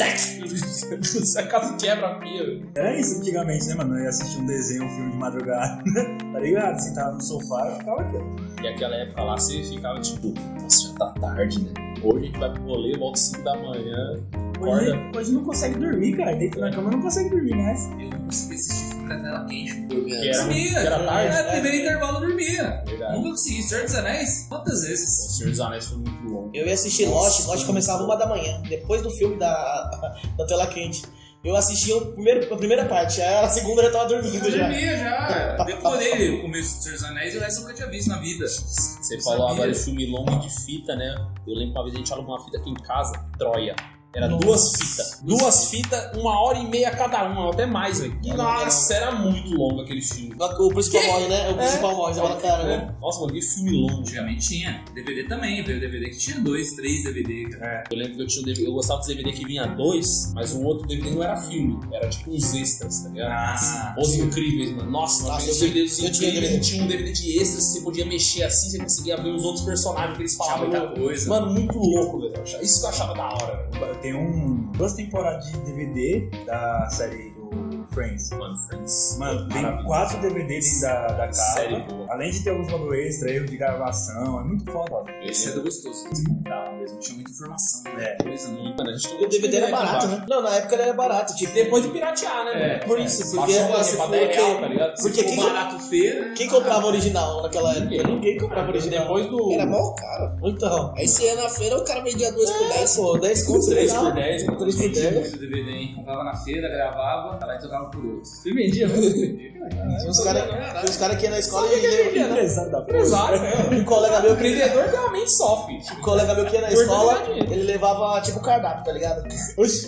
Speaker 1: Você quase quebra a pia. velho.
Speaker 3: Era isso antigamente, né, mano? Eu ia assistir um desenho, um filme de madrugada, tá ligado? Sentava no sofá, eu ficava aqui.
Speaker 1: E aquela época lá você ficava tipo, nossa, já tá tarde, né? Hoje a gente vai pro rolê, volta 5 da manhã.
Speaker 3: Hoje,
Speaker 1: Acorda.
Speaker 3: hoje não consegue dormir, cara. Deita na cama não consegue dormir mais.
Speaker 5: Eu não conseguia assistir filme na tela quente.
Speaker 1: Que era,
Speaker 5: Dormia!
Speaker 1: que era tarde.
Speaker 5: É, primeiro intervalo eu dormia.
Speaker 1: Verdade.
Speaker 5: Nunca consegui. Senhor dos Anéis? Quantas
Speaker 1: Tá O
Speaker 5: vezes?
Speaker 1: Senhor dos Anéis foi muito longo.
Speaker 2: Eu ia assistir Lost, Lost começava uma da manhã, depois do filme da, da tela quente. Eu assisti o primeiro, a primeira parte, aí a segunda eu já tava dormindo
Speaker 5: Eu
Speaker 2: já. É.
Speaker 5: dormia já. Decorei o começo do Senhor dos Anéis e o resto eu nunca tinha visto na vida.
Speaker 1: Você falou
Speaker 5: Sabia.
Speaker 1: agora de filme longo e de fita, né? Eu lembro que uma vez a gente alugou uma fita aqui em casa, Troia. Era
Speaker 2: Nossa.
Speaker 1: duas fitas. Duas fitas, uma hora e meia cada uma, até mais, velho. Nossa, era muito longo aquele filme.
Speaker 2: O principal morre, né? O
Speaker 4: É.
Speaker 2: principal morre, você fala, cara, né?
Speaker 1: É. Nossa, mano, que filme longo.
Speaker 5: Antigamente tinha. DVD também. Veio DVD que tinha dois, três DVD. cara.
Speaker 1: Eu lembro que eu tinha um DVD, eu gostava dos DVD que vinha dois, mas um outro DVD não era filme, era tipo uns extras, tá
Speaker 2: É.
Speaker 1: ligado?
Speaker 5: Ah,
Speaker 1: Os incríveis, mano. Nossa, uma
Speaker 2: Nossa,
Speaker 1: vez
Speaker 2: eu
Speaker 1: os DVDs
Speaker 2: eu tinha
Speaker 1: incríveis
Speaker 2: DVD.
Speaker 1: tinha um DVD de extras, você podia mexer assim, você conseguia ver os outros personagens que eles
Speaker 5: tinha
Speaker 1: falavam.
Speaker 5: muita coisa.
Speaker 1: Mano, muito louco, velho. Isso que eu achava da hora, velho.
Speaker 3: Tem um, duas temporadas de DVD da série do Friends.
Speaker 1: Mano, Friends.
Speaker 3: Mano, tem
Speaker 1: Maravilhoso.
Speaker 3: quatro DVD dentro da, da casa.
Speaker 1: Série boa.
Speaker 3: Além de ter alguns valor extra, erro de gravação, é muito foda.
Speaker 1: é
Speaker 5: Esse era gostoso. Você comprava mesmo. Tinha muita informação.
Speaker 3: É.
Speaker 5: muita Coisa não.
Speaker 1: Mano, né? a gente
Speaker 2: E o DVD era barato, né? Não, na época ele era barato. Tipo,
Speaker 1: Depois de piratear, né?
Speaker 5: É,
Speaker 1: mano?
Speaker 2: por isso, porque
Speaker 4: né?
Speaker 1: Passou a
Speaker 2: você
Speaker 1: ser pra
Speaker 2: falou
Speaker 1: 10 real,
Speaker 2: que-
Speaker 1: tá ligado?
Speaker 2: Porque
Speaker 5: Ficou
Speaker 2: quem,
Speaker 5: barato feira.
Speaker 2: quem comprava o original naquela época?
Speaker 1: Ninguém.
Speaker 2: Ninguém comprava o original.
Speaker 1: né? Depois do.
Speaker 4: Era mal caro.
Speaker 2: Então.
Speaker 4: Aí você ia na feira, o cara vendia dois por
Speaker 2: É,
Speaker 4: dez.
Speaker 2: pô, 10 conto
Speaker 1: 3
Speaker 2: legal.
Speaker 1: por 10,
Speaker 4: né?
Speaker 1: mano.
Speaker 2: 3 por 10.
Speaker 5: o DVD, hein? Comprava na feira, gravava, ela trocava por outro.
Speaker 1: Você vendia,
Speaker 2: Tinha uns caras tinha uns cara que ia na escola e
Speaker 1: vendia, né?
Speaker 3: Pesado da porra.
Speaker 1: Empresário, né?
Speaker 2: um colega meu que
Speaker 1: Empreendedor realmente sofre.
Speaker 2: um colega meu que ia na
Speaker 1: Por
Speaker 2: escola,
Speaker 1: verdade.
Speaker 2: ele levava tipo cardápio, tá ligado?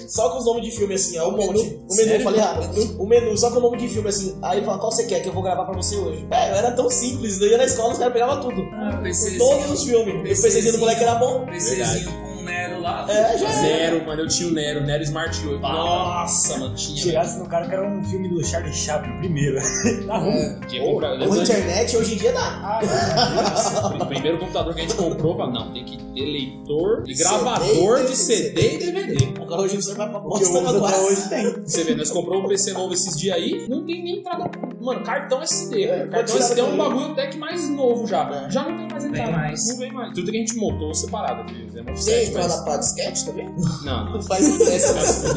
Speaker 2: Só com os nomes de filme assim, ó, um monte. O menu, eu falei errado. O menu, só com o nome de filme assim. Aí ele falava, qual você quer que eu vou gravar pra você hoje? É, eu era tão simples, eu ia na escola, os caras pegavam tudo.
Speaker 5: Ah, PCzinho,
Speaker 2: Todos os filmes. Eu pensei do moleque era bom.
Speaker 5: PCzinho com o Nero lá.
Speaker 2: É, já era.
Speaker 1: Nero, mano, eu tinha o Nero, Nero Smart 8. Nossa, mano, tinha. velho.
Speaker 3: Tirasse no cara que era um filme do Charlie Chaplin, primeiro. Tá ruim.
Speaker 1: Tinha que
Speaker 4: é
Speaker 1: comprar-
Speaker 2: Com internet, hoje em dia dá.
Speaker 1: O primeiro computador que a gente comprou, falou, não, tem que ter leitor e gravador de CD e DVD.
Speaker 2: Agora hoje você vai pra
Speaker 3: O que eu
Speaker 2: bosta
Speaker 3: uso até
Speaker 2: agora.
Speaker 3: hoje tem.
Speaker 1: Você vê, nós compramos um PC novo esses dias aí, não tem nem entrada. Mano, cartão SD.
Speaker 2: É,
Speaker 1: cara.
Speaker 2: pode
Speaker 1: cartão
Speaker 2: tirar
Speaker 1: SD é um
Speaker 2: daqui.
Speaker 1: bagulho até que mais novo já.
Speaker 2: É.
Speaker 1: Já não tem mais
Speaker 5: Não
Speaker 1: entrada.
Speaker 5: tem mais.
Speaker 1: Não vem mais. Tudo que a gente montou separado. É Fizemos
Speaker 4: Você
Speaker 1: offset,
Speaker 4: entrou
Speaker 1: mas...
Speaker 4: na pá de sketch também?
Speaker 1: Não, não.
Speaker 2: Não faz sucesso.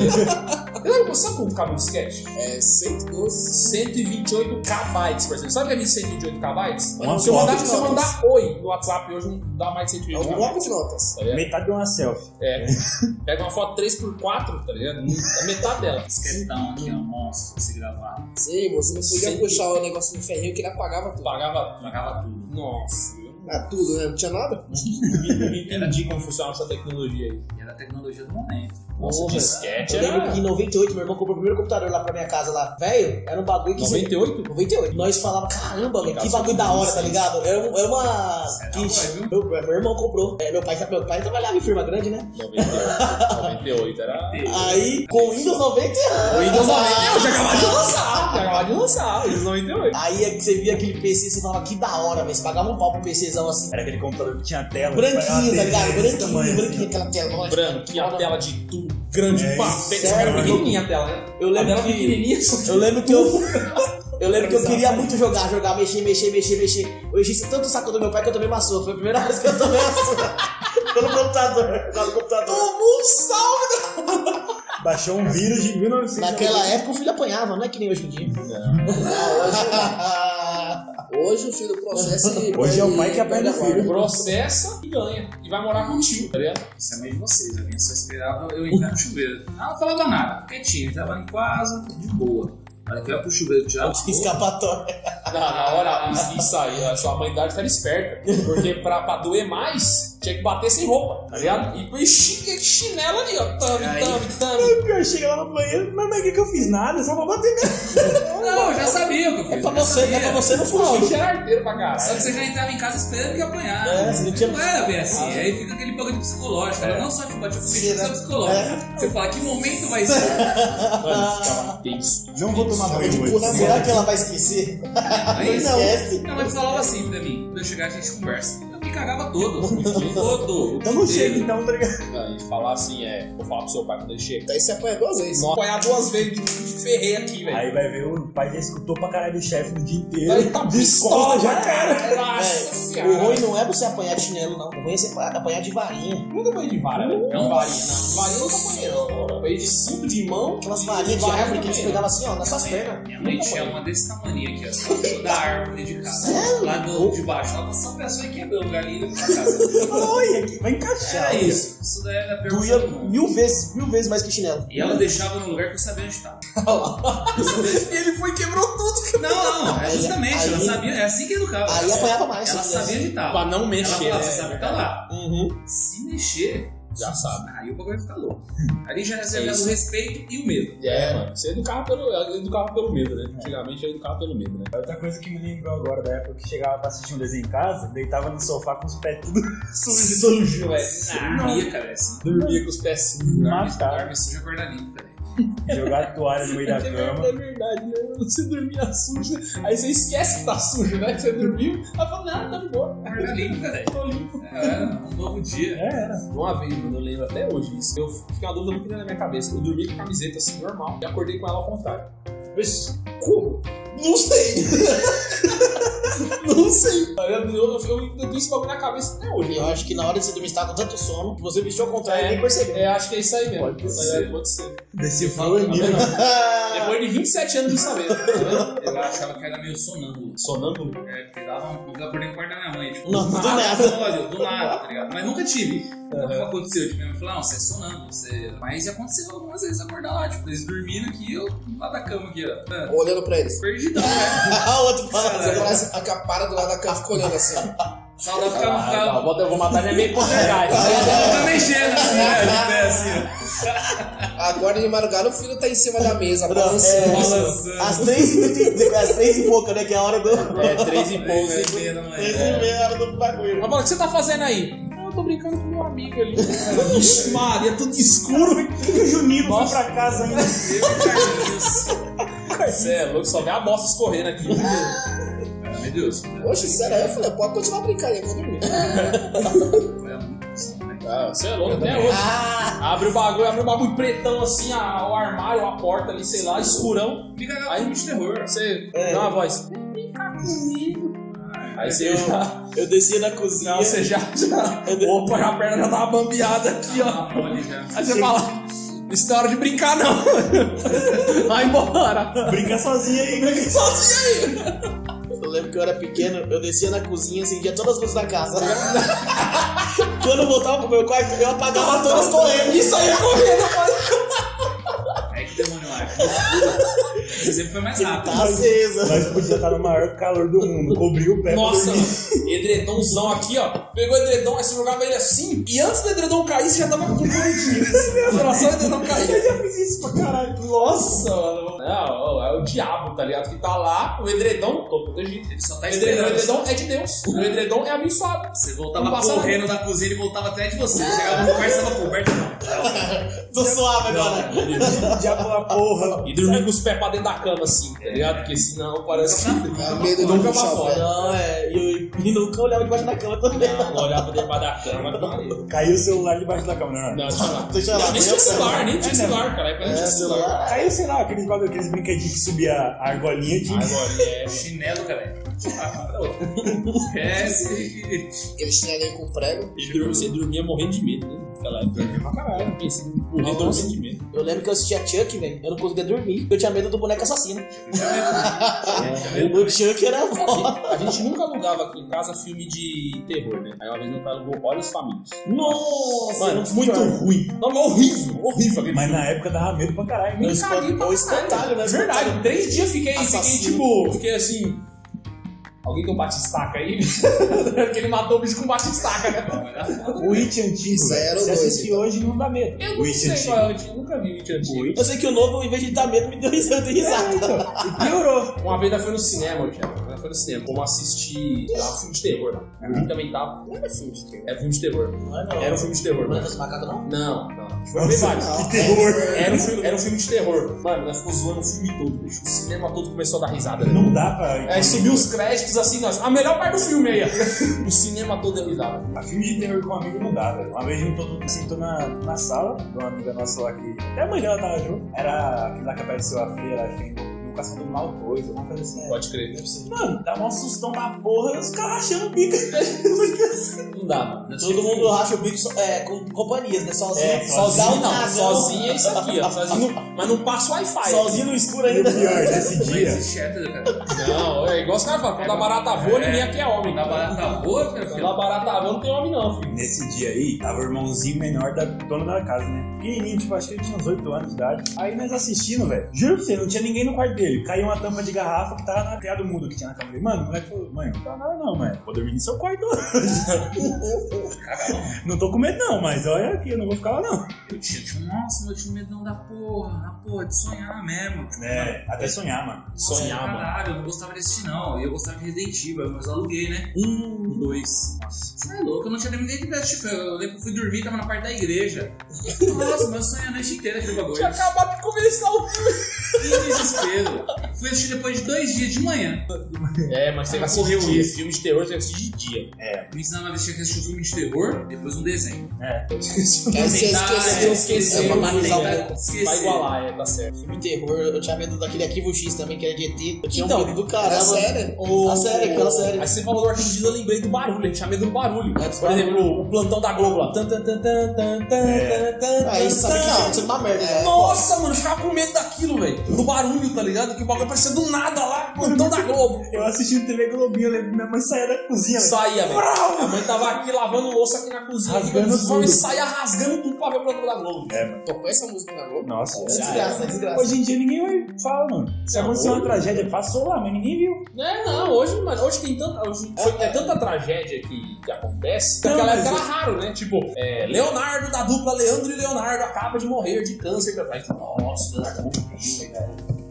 Speaker 1: Eu lembro, sabe como ficava no disquete?
Speaker 4: É, 112.
Speaker 1: 128 KB, por exemplo. Sabe o que é 128 KB?
Speaker 3: Uma
Speaker 1: Se eu
Speaker 3: foto.
Speaker 1: mandar, se eu mandar oi no WhatsApp hoje, não dá mais
Speaker 4: É
Speaker 1: 128
Speaker 4: um bloco de notas.
Speaker 1: Tá ligado?
Speaker 3: Metade de uma selfie.
Speaker 1: É. Pega uma foto 3x4, tá ligado? A metade dela.
Speaker 5: Esquetão aqui, ó. Monstro, se gravar.
Speaker 4: Sim, você não podia
Speaker 1: Sim.
Speaker 4: puxar o negócio no ferrinho que ele apagava tudo.
Speaker 1: Pagava tudo.
Speaker 5: Trocava tudo.
Speaker 1: Nossa, eu não-
Speaker 4: Ah, tudo, né? Não tinha nada?
Speaker 1: não entendi como funcionava essa tecnologia aí.
Speaker 5: E era a tecnologia do momento.
Speaker 1: Nossa,
Speaker 2: Porra.
Speaker 1: disquete
Speaker 2: Eu lembro que em
Speaker 1: era
Speaker 2: 98 meu irmão comprou o primeiro computador lá pra minha casa lá. Velho, era um bagulho que. você-
Speaker 1: 98?
Speaker 2: 98. Nós falávamos, caramba, velho, que
Speaker 1: Legal,
Speaker 2: bagulho da hora, tá ligado? É, um- é uma.
Speaker 5: Sério,
Speaker 2: Ixi,
Speaker 5: viu?
Speaker 2: meu, meu irmão comprou. É, meu, pai, meu pai trabalhava em firma grande, né?
Speaker 1: 98. 98
Speaker 2: Ah,
Speaker 1: era...
Speaker 2: Aí, com o Windows 90.
Speaker 1: O Windows 98 já acabava de lançar. Já acabava de lançar. Windows 98.
Speaker 2: Aí é que você via aquele PC e você falava, que da hora, velho. Você pagava um pau pro PCzão assim.
Speaker 3: Era aquele computador que tinha tela. tipo,
Speaker 2: Branquinho, tá
Speaker 3: era
Speaker 2: ligado?
Speaker 3: desse
Speaker 2: Branquinho,
Speaker 3: tamanho. assim,
Speaker 2: branquinho, aquela telona.
Speaker 1: Branquinha, a
Speaker 2: Foda.
Speaker 1: tela de tudo. Grande
Speaker 3: É,
Speaker 1: pra frente. Só que
Speaker 2: sério,
Speaker 1: era pequenininha a tela, né?
Speaker 2: Eu lembro
Speaker 1: a tela
Speaker 2: que-
Speaker 1: pequenininha. só que-
Speaker 2: Eu lembro que eu. Eu lembro que eu queria muito jogar, jogar, mexer, mexer, mexer, mexer. Eu enchi tanto o saco do meu pai que eu tomei uma surra. Foi a primeira vez que eu tomei uma surra. Pelo computador. Pelo computador.
Speaker 4: Tomou um salve!
Speaker 3: Baixou um vírus de 1900.
Speaker 2: Naquela época o filho apanhava, não é que nem hoje em dia.
Speaker 4: Hoje o fim do processo. ele
Speaker 3: Hoje é o
Speaker 4: perde-
Speaker 3: pai que apanha do
Speaker 4: perde a guarda.
Speaker 3: filho.
Speaker 1: Processa e ganha. E vai morar com o tio, tá ligado?
Speaker 5: Isso é meio de vocês, a minha só esperava eu entrar no chuveiro. Ela não falava nada, quietinha, tava em casa, de boa. Na hora que eu ia pro chuveiro tirar o
Speaker 2: Escapatória.
Speaker 1: Na, na hora, isso aí, a sua mãe idade tá esperta. Porque pra, pra doer mais, Tinha que bater sem roupa, tá ligado? E com chi- chinelo ali, ó. Tame,
Speaker 5: Aí.
Speaker 1: tame, tame.
Speaker 3: Pior, chega lá no banheiro, mas mas que que eu fiz nada, só pra bater mesmo.
Speaker 5: Não, eu já sabia o que eu fiz.
Speaker 2: É pra
Speaker 5: eu já
Speaker 2: você,
Speaker 5: sabia.
Speaker 2: é pra você não
Speaker 1: Pô,
Speaker 2: fugir.
Speaker 1: era arteiro pra
Speaker 5: Só que
Speaker 1: caralho.
Speaker 5: você já entrava em casa esperando que ia apanhar.
Speaker 2: É, você não tinha- Ah. É.
Speaker 5: era bem assim. Aí fica aquele bagulho psicológico. né? Não só de bate
Speaker 2: Sim, né?
Speaker 5: mas psicológico. Você fala, que momento vai ser?
Speaker 1: Mano, ficava tenso.
Speaker 3: Não vou tomar
Speaker 2: Tava de
Speaker 3: banho
Speaker 2: cu, né? Será
Speaker 3: hoje.
Speaker 2: que ela vai esquecer?
Speaker 5: Não é
Speaker 2: Não
Speaker 5: isso?
Speaker 2: esquece.
Speaker 5: Minha mãe falava assim pra mim, quando eu chegar a gente conversa. Eu me cagava todo, assim, todo.
Speaker 3: Então não chega então, tá ligado?
Speaker 1: E falar assim, é, vou falar pro seu pai quando ele chega.
Speaker 4: Daí você apanha duas vezes.
Speaker 1: Nossa, apanhar duas vezes, me ferrei aqui, velho.
Speaker 3: Aí vai ver, o pai já escutou pra caralho do chefe no dia inteiro.
Speaker 1: Ele tá
Speaker 3: Desconta
Speaker 1: pistola
Speaker 2: né?
Speaker 3: já,
Speaker 1: já,
Speaker 3: cara.
Speaker 1: cara. Nossa
Speaker 2: Véi,
Speaker 1: senhora.
Speaker 2: O ruim não é você apanhar de chinelo, não. O ruim é você apanhar de varinha.
Speaker 1: Nunca apanhei de vara, velho.
Speaker 5: Não?
Speaker 1: Varinha, não. Varinha eu nunca apanhei, não. Apanhei de cinto de mão.
Speaker 2: Aquelas varinhas de
Speaker 1: Varinha
Speaker 2: árvore que eles
Speaker 5: é
Speaker 1: também.
Speaker 2: pegavam assim, ó, nessas pernas.
Speaker 5: Minha mãe tinha uma desse tamanho aqui, ó. toda Da árvore de casa. Lá do, de baixo. Ela passou a pessoa e quebrou o um galinho pra casa.
Speaker 3: Olha, aqui vai encaixar.
Speaker 5: Era isso. Isso daí era a
Speaker 2: Doía
Speaker 5: pergunta do mundo.
Speaker 2: mil vezes, mil vezes mais que chinelo.
Speaker 5: E ela deixava no lugar que eu sabia onde estava. e ele foi e quebrou tudo. Não, não, é
Speaker 2: Aí-
Speaker 5: justamente. ela
Speaker 2: aí-
Speaker 5: sabia, é assim que educava.
Speaker 2: Aí apanhava mais.
Speaker 5: Ela
Speaker 2: se
Speaker 5: sabia onde
Speaker 1: Pra
Speaker 5: estava.
Speaker 1: não
Speaker 5: Ela
Speaker 1: mexer,
Speaker 5: falava, você
Speaker 1: né? Uhum.
Speaker 5: sabe que tá lá. Se mexer,
Speaker 1: Já sabe.
Speaker 5: aí o bagulho fica louco. Ali já reserva
Speaker 1: É
Speaker 5: o
Speaker 1: isso.
Speaker 5: respeito e o medo.
Speaker 1: É, mano. Você educava pelo, ela educava pelo medo, né? Antigamente eu educava pelo medo, né?
Speaker 3: Outra coisa que me lembrou agora da época que chegava pra assistir um desenho em casa, deitava no sofá com os pés tudo sujos.
Speaker 1: Sujo, velho. Ah.
Speaker 5: Sabia, cara, é assim.
Speaker 1: Dormia com os pés sujos. né?
Speaker 3: Matar.
Speaker 5: Dorme suja, acorda limpo, cara.
Speaker 3: Jogar toalha no meio da cama.
Speaker 1: É verdade, né? Você dormia sujo, aí você esquece que tá sujo, né? Você dormiu, aí fala, não, tá de boa.
Speaker 5: Acorda limpo, cara. É, um novo dia.
Speaker 3: É, era.
Speaker 1: Uma vez, mano, eu lembro até hoje isso. Eu fiquei uma dúvida muito grande na minha cabeça. Eu dormi com a camiseta assim, normal, e acordei com ela ao contrário. Como?
Speaker 2: Não sei.
Speaker 1: Não sei. Eu, eu, Tá eu, eu tenho esse bagulho na cabeça até hoje.
Speaker 2: Eu acho que na hora de você dormir, você tá com tanto sono que você vestiu ao contrário e nem percebeu.
Speaker 1: É, acho que é isso aí mesmo. Pode
Speaker 5: ser.
Speaker 1: Pode ser.
Speaker 3: Desse
Speaker 1: Fala,
Speaker 3: fã,
Speaker 1: não, não.
Speaker 2: Ah,
Speaker 1: Depois de 27 anos de saber. tá vendo?
Speaker 5: Eu achava que era meio sonâmbulo.
Speaker 1: Sonâmbulo?
Speaker 5: É, porque dava um. Eu acordei no quarto da minha mãe. Tipo,
Speaker 2: Não, do
Speaker 5: ah,
Speaker 2: nada.
Speaker 5: Olha, do nada, tá ligado? Mas nunca tive. Nunca aconteceu. Tipo, minha mãe falou, não, você é sonâmbulo. Você... Mas aconteceu algumas vezes acordar lá. Tipo, eles dormindo aqui, eu lá da cama aqui, ó. Ah,
Speaker 4: Olhando pra eles.
Speaker 5: Perdidão, né?
Speaker 2: o outro
Speaker 4: Você
Speaker 2: fala.
Speaker 4: parece a capara do lado da cama, fica olhando assim. ó.
Speaker 5: Saudade ficava
Speaker 1: Ah, não,
Speaker 5: ficava.
Speaker 1: bota, eu vou matar ele é meio postergado.
Speaker 5: Tá mexendo assim, né? De pé assim,
Speaker 4: Agora de madrugada o filho tá em cima da mesa,
Speaker 2: Não,
Speaker 5: ó.
Speaker 2: é.
Speaker 4: balançando.
Speaker 5: Balançando.
Speaker 2: Às três, e- às três e pouca, né? Que é a hora do.
Speaker 1: É, três e
Speaker 5: Três
Speaker 1: pouco. né?
Speaker 5: e meia da manhã.
Speaker 2: Três e meia, a hora do bagulho.
Speaker 1: Mas, mano, o que você tá fazendo aí? Eu tô brincando com meu amigo ali. Vixe, Maria, tudo escuro.
Speaker 3: O Junino foi
Speaker 1: Nossa.
Speaker 3: pra casa ainda.
Speaker 5: Eu e o Carlinhos.
Speaker 1: Você é louco, só vê a bosta escorrendo aqui.
Speaker 5: Meu Deus.
Speaker 4: Oxe,
Speaker 1: é
Speaker 4: sério, aí eu falei, pode continuar brincando, eu vou dormir.
Speaker 5: É muito insano, né?
Speaker 1: Ah, você é louco, até hoje.
Speaker 2: Ah!
Speaker 1: Abre o bagulho, abre o bagulho pretão assim, a- o armário, a porta ali, sei lá, escurão.
Speaker 5: Me cagava
Speaker 1: Aí-
Speaker 5: filme de terror.
Speaker 1: Você
Speaker 2: É.
Speaker 1: dá uma voz.
Speaker 5: Ah,
Speaker 1: Aí
Speaker 5: é
Speaker 1: você já.
Speaker 2: Eu descia na cozinha.
Speaker 1: Não, você já. já
Speaker 5: é
Speaker 1: opa, já a perna já dá uma bambeada aqui, ó.
Speaker 5: Tava mole já.
Speaker 1: Aí você fala. Isso não é hora de brincar, não. Vai embora.
Speaker 3: Brinca sozinho aí. Brinca sozinho.
Speaker 2: Eu lembro que eu era pequeno, eu descia na cozinha, acendia todas as luzes da casa. Quando eu voltava pro meu quarto, eu apagava todas correndo. Isso aí, correndo.
Speaker 5: É que demônio lá. Você sempre foi mais rápido.
Speaker 2: Tá acesa.
Speaker 3: Nós podia estar no maior calor do mundo. Cobriu o pé pra
Speaker 1: Nossa,
Speaker 3: dormir.
Speaker 1: mano, edredomzão aqui, ó. Pegou o edredom, aí você jogava ele assim. E antes do edredom cair, você já tava com o bonitinho. Era só o edredom cair.
Speaker 3: Eu fiz isso pra caralho.
Speaker 1: Nossa, mano. Não, ó, é o diabo, tá ligado? Que tá lá, o edredom, tô protegido.
Speaker 5: Ele só
Speaker 1: O
Speaker 5: tá
Speaker 1: edredom, o
Speaker 5: esperando.
Speaker 1: edredom é de Deus. O edredom é abençoado.
Speaker 5: Você voltava
Speaker 1: Não passava.
Speaker 5: correndo da cozinha e voltava até de você. Chegava no quarto e tava coberto. Não,
Speaker 2: Tô suave
Speaker 5: não,
Speaker 2: agora.
Speaker 5: não. Não,
Speaker 3: Diabo da porra.
Speaker 1: E dormir com os pés pra dentro da cama, assim, tá ligado? Porque senão parece que.
Speaker 4: É
Speaker 5: não, não.
Speaker 4: medo de
Speaker 1: Nunca
Speaker 4: um
Speaker 1: pra
Speaker 4: chapéu.
Speaker 1: fora.
Speaker 2: Não, é. E, eu, e nunca olhava debaixo da cama também.
Speaker 1: né? Não olhar pra dentro da cama. Não,
Speaker 3: Caiu o celular debaixo da cama, né?
Speaker 1: não, não.
Speaker 2: Deixa lá.
Speaker 1: Nem tinha celular, nem tinha celular, cara. Época nem
Speaker 2: É,
Speaker 1: tinha celular.
Speaker 2: celular.
Speaker 3: Caiu, sei lá, aqueles, bagulho, aqueles brinquedinhos que subia a argolinha de.
Speaker 1: Agora, é.
Speaker 5: Chinelo, cara. Esquece que.
Speaker 4: Aquele chinelinho com prego.
Speaker 1: E dur- você dormia morrendo de medo, né? Aquela época. Dormia pra caralho. Pensei, morrer
Speaker 2: Nossa.
Speaker 1: morrendo de medo.
Speaker 2: Eu lembro que eu assistia Chuck, velho. Eu não conseguia dormir. Eu tinha medo do boneco assassino.
Speaker 1: É,
Speaker 2: O Chuck era um bom.
Speaker 1: A gente nunca alugava aqui em casa filme de terror, né? Aí uma vez meu pai alugou Olhos Famintos.
Speaker 2: Nossa,
Speaker 1: Mano,
Speaker 2: muito
Speaker 1: cara.
Speaker 2: ruim.
Speaker 1: Não, mas horrível, horrível aquele
Speaker 3: Mas
Speaker 1: filme.
Speaker 3: na época dava medo pra caralho,
Speaker 1: Me
Speaker 3: né?
Speaker 2: Não, espan-
Speaker 1: caguei tá pra
Speaker 2: o
Speaker 1: caralho.
Speaker 2: espantalho, né?
Speaker 1: Verdade,
Speaker 2: Espantalho.
Speaker 1: três dias fiquei, fiquei
Speaker 2: Assassino.
Speaker 1: tipo, fiquei assim... Alguém tem um batistaca aí? Porque ele matou o bicho com um batistaca, né?
Speaker 5: Vai dar foda.
Speaker 3: O It antigo.
Speaker 4: Isso,
Speaker 3: velho,
Speaker 4: era o
Speaker 3: Se
Speaker 4: dois,
Speaker 3: assistir
Speaker 4: então.
Speaker 3: hoje não dá medo.
Speaker 1: Eu não
Speaker 3: O It
Speaker 1: sei
Speaker 3: antigo.
Speaker 1: qual é o antigo, nunca vi o It antigo.
Speaker 2: Eu sei que o novo, em vez de dar medo, me deu risada de risada.
Speaker 3: E piorou.
Speaker 1: Uma vez nós foi no cinema, Thiago. Nós foi no cinema. Como assistir. Era um filme de terror lá. O It também tava. Não era filme de terror. Era filme de terror.
Speaker 2: Não é não.
Speaker 1: Era um filme de terror,
Speaker 2: Planeta
Speaker 1: mano.
Speaker 2: dos Macacos, não?
Speaker 1: Não, não. Foi
Speaker 3: Nossa,
Speaker 1: verdade.
Speaker 3: que terror.
Speaker 1: Era um, filme, era um filme de terror. Mano, nós ficamos zoando o filme todo, bicho. O cinema todo começou a dar risada. né?
Speaker 3: Não dá pra.
Speaker 1: Aí subiu os créditos assim, nós. A melhor parte do filme aí, ó. O cinema todo deu risada.
Speaker 3: A filme de terror com um amigo não dá, velho. Uma vez juntou todo mundo, sentou na, na sala de uma amiga nossa lá que. Até a mãe dela tava junto. Era aquele lá que apareceu a feira, acho que é Educação do Mal 2, alguma coisa assim.
Speaker 1: Pode crer.
Speaker 3: Mano, dá um sustão da porra, os caras rachando o bico.
Speaker 1: Não dá, mano.
Speaker 2: Todo mundo racha o bico so- é, com companhias, né? Sozinho.
Speaker 3: É,
Speaker 2: Dá
Speaker 1: Sozinho
Speaker 2: um
Speaker 1: não,
Speaker 2: cagão.
Speaker 1: sozinho é isso aqui, ó. Sozinho, mas não passa o Wi-Fi.
Speaker 2: Sozinho no escuro
Speaker 3: E o
Speaker 2: ainda.
Speaker 3: pior, nesse
Speaker 5: Não
Speaker 3: dia,
Speaker 5: existe hétero, cara.
Speaker 1: Não, é igual os caras falam, quando a barata voa, ninguém aqui é homem.
Speaker 5: Na barata boa, meu
Speaker 1: Quando a
Speaker 5: filho.
Speaker 1: barata voa, não tem homem não, filho.
Speaker 3: nesse dia aí, tava o irmãozinho menor da dona da casa, né? Pequenininho, tipo, acho que ele tinha uns 8 anos de idade. Aí nós assistindo, velho. Juro pra você, não tinha ninguém no quarto dele. Caiu uma tampa de garrafa que tava na terra do mundo que tinha na cama dele. Mano, o moleque falou, mãe, não tá nada não, mãe. Vou dormir no seu quarto Não tô com medo não, mas olha aqui, eu não vou ficar lá não.
Speaker 5: Eu tinha, tinha, nossa, mas eu tinha um medão da porra, na porra, de sonhar mesmo. Tipo,
Speaker 3: É, até sonhar, mano.
Speaker 5: Nossa,
Speaker 1: Sonhar, mano.
Speaker 5: Caralho, eu não gostava desse não. Eu gostava de Resident Evil, mas eu aluguei, né? Um, dois. Nossa, você é louco, eu não tinha nem de Resident Evil. Eu lembro que eu fui dormir, tava na parte da igreja. Nossa, mas eu sonhei a noite inteira aquele bagulho.
Speaker 1: Tinha acabado de começar o
Speaker 5: Que desespero. Fui assistir depois de dois dias de manhã.
Speaker 1: É, mas tem que assistir de dia. Filme de terror tem que assistir de dia.
Speaker 5: Me ensinaram a assistir assistir um filme de terror, depois um desenho.
Speaker 3: É.
Speaker 4: Aí você
Speaker 5: Tentar
Speaker 4: esqueceu,
Speaker 5: esquecer,
Speaker 4: é pra matizar um
Speaker 5: tentar
Speaker 4: pouco.
Speaker 5: esquecer.
Speaker 1: Vai igualar, é, tá certo.
Speaker 2: Filme de terror, eu tinha medo daquele Arquivo X também, que era de ET. Eu tinha
Speaker 1: Então,
Speaker 2: um medo do
Speaker 4: Era
Speaker 2: caramba.
Speaker 4: sério?
Speaker 2: A série, aquela série.
Speaker 1: Aí você falou do arquivo de eu lembrei do barulho, a gente tinha medo do barulho.
Speaker 2: É, do
Speaker 1: Por exemplo, o plantão da Globo lá. Tan, tan, tan, tan, tan, tan,
Speaker 3: É.
Speaker 1: tan,
Speaker 2: Aí você
Speaker 1: tan,
Speaker 2: sabe que
Speaker 1: tan.
Speaker 2: não, isso é uma merda. né?
Speaker 1: Nossa, mano, eu ficava com medo daquilo, velho. Do barulho, tá ligado? Que o bagulho parecia do nada lá, plantão da Globo.
Speaker 3: Eu assistindo TV Globinho, eu lembro que minha mãe saía da cozinha, velho.
Speaker 1: Saía, velho. A mãe tava aqui lavando louça aqui na cozinha,
Speaker 3: Rasgando
Speaker 1: aqui,
Speaker 3: tudo.
Speaker 1: e saía rasgando tudo pra ver o plantão da Globo.
Speaker 3: É, mano.
Speaker 4: Tocou essa música na Globo?
Speaker 3: Nossa.
Speaker 2: Desgraça, é desgraça.
Speaker 3: Hoje em dia ninguém vai falar, mano. Se
Speaker 1: Não,
Speaker 3: aconteceu uma
Speaker 1: hoje-
Speaker 3: tragédia, passou lá, mas ninguém viu.
Speaker 1: É, não, hoje, mano, hoje tem tanta. Hoje foi- é tanta tragédia que, que acontece. que
Speaker 3: Não,
Speaker 1: Naquela
Speaker 3: mas
Speaker 1: época era raro, né? Tipo, é, Leonardo da dupla Leandro e Leonardo acaba de morrer de câncer. Tá? Aí, Nossa, Leonardo morreu, velho.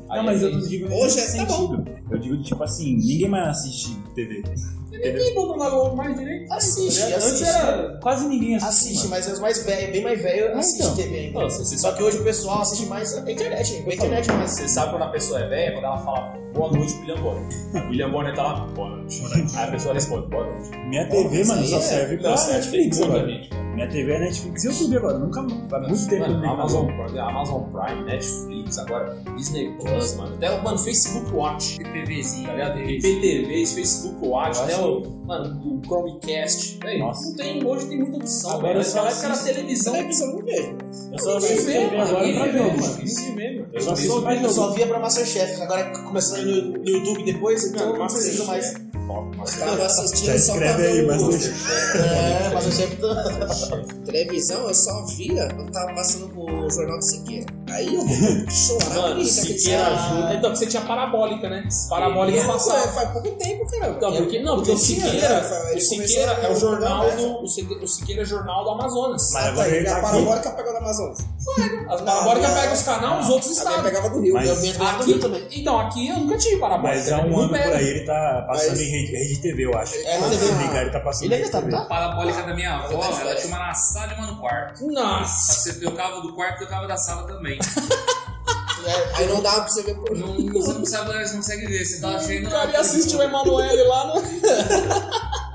Speaker 3: não, mas eu não digo
Speaker 4: Hoje
Speaker 3: nesse
Speaker 4: é- tá
Speaker 3: sentido. Eu digo, tipo assim, ninguém mais assiste TV.
Speaker 1: Ninguém botou na Globo mais direito.
Speaker 2: Assiste,
Speaker 1: é, Antes
Speaker 2: assiste.
Speaker 1: era.
Speaker 3: Quase ninguém assiste.
Speaker 2: Assiste,
Speaker 3: mano.
Speaker 2: mas é os mais velhos, bem mais velho,
Speaker 3: Ah,
Speaker 2: assiste
Speaker 3: então.
Speaker 2: TV ainda.
Speaker 1: Nossa, você
Speaker 2: Só
Speaker 1: só
Speaker 2: que hoje o pessoal assiste mais a internet, né? a internet mais.
Speaker 1: Você sabe quando a pessoa é velha, quando ela fala boa noite, William Bonner. William Bonner tá lá, boa noite. Aí a pessoa responde, boa noite.
Speaker 3: Minha TV, mano, só serve pra é Netflix agora.
Speaker 1: exatamente.
Speaker 3: Minha TV é Netflix e YouTube agora. Nunca faz muito tempo que eu
Speaker 1: Mano,
Speaker 3: ligo na
Speaker 1: Amazon,
Speaker 3: Globo.
Speaker 1: Prime, Amazon Prime, Netflix, agora Disney Plus, mano. Até o mano, Facebook Watch, tá
Speaker 5: TVzinho.
Speaker 1: ligado? IPTVs, Facebook Watch,
Speaker 3: Eu
Speaker 1: até
Speaker 3: acho
Speaker 1: o, mano, o Chromecast. Véi,
Speaker 3: Nossa.
Speaker 1: Não tem, hoje tem muita opção.
Speaker 3: Agora
Speaker 1: velho.
Speaker 3: eu só
Speaker 1: Naquela época era
Speaker 3: assisto-
Speaker 1: televisão.
Speaker 2: Televisão eu não vejo. mas-
Speaker 3: Eu só
Speaker 1: Ninguém
Speaker 3: assisto
Speaker 1: vê,
Speaker 3: TV
Speaker 1: mano.
Speaker 3: agora pra
Speaker 1: Ninguém vê,
Speaker 3: jogo,
Speaker 1: mano.
Speaker 3: mano.
Speaker 1: Ninguém vê, mano.
Speaker 3: Eu só
Speaker 1: vejo-
Speaker 3: sou pra
Speaker 2: Eu só
Speaker 3: jogo.
Speaker 2: via pra Masterchef, agora começando no, no YouTube depois, então não precisa
Speaker 3: é
Speaker 2: mais.
Speaker 1: é.
Speaker 4: Tava assistindo
Speaker 3: Já
Speaker 4: só pra
Speaker 3: escreve aí,
Speaker 4: ver o
Speaker 3: mas
Speaker 4: Master.
Speaker 2: É, Masterchef tá.
Speaker 4: Televisão eu só via quando tava passando pro jornal do Siqueira. Aí eu chorava.
Speaker 1: Mano,
Speaker 4: bonito,
Speaker 1: Siqueira
Speaker 4: aquele-
Speaker 1: ajuda. Então, você tinha parabólica, né? Parabólica
Speaker 3: é,
Speaker 4: Ah,
Speaker 1: passava.
Speaker 4: ué, Faz pouco tempo, tá caramba.
Speaker 1: Não, porque, não, porque o
Speaker 4: Porque tinha,
Speaker 1: Siqueira,
Speaker 4: né, Rafael?
Speaker 1: o
Speaker 4: Ele
Speaker 1: Siqueira
Speaker 4: começou
Speaker 1: é o
Speaker 4: a-
Speaker 1: jornal
Speaker 4: né?
Speaker 1: do. O Siqueira, o Siqueira é jornal do Amazonas.
Speaker 3: Mas
Speaker 4: Ah, tá,
Speaker 3: agora ele
Speaker 4: aí,
Speaker 3: tá
Speaker 4: a
Speaker 3: aqui.
Speaker 4: parabólica pegou da Amazonas.
Speaker 1: As parabólicas
Speaker 4: não,
Speaker 1: pegam os canais, os outros
Speaker 4: Também
Speaker 1: estados.
Speaker 4: pegava do Rio.
Speaker 3: Mas-
Speaker 4: Eu via do
Speaker 2: Ah,
Speaker 4: Rio
Speaker 1: Aqui,
Speaker 4: também.
Speaker 1: então, aqui eu nunca tive parabólica.
Speaker 3: Mas há um
Speaker 1: Não
Speaker 3: ano por
Speaker 1: pega.
Speaker 3: aí ele tá passando
Speaker 4: Mas-
Speaker 3: em rede, rede TV, eu acho.
Speaker 4: É, na
Speaker 3: Se
Speaker 4: TV.
Speaker 3: ligar, ele tá passando
Speaker 2: Ele
Speaker 3: em
Speaker 2: ainda tá,
Speaker 3: rede
Speaker 2: tá?
Speaker 5: A parabólica da minha avó, ela tinha uma na sala e uma no quarto. Só
Speaker 1: Nossa.
Speaker 5: que você tocava do quarto e tocava da sala também.
Speaker 4: É, Aí não dava pra você ver por
Speaker 5: Não, você não sabe, você não consegue ver. Você tá tava achando.
Speaker 1: O cara ia assistir o Emanuele lá no.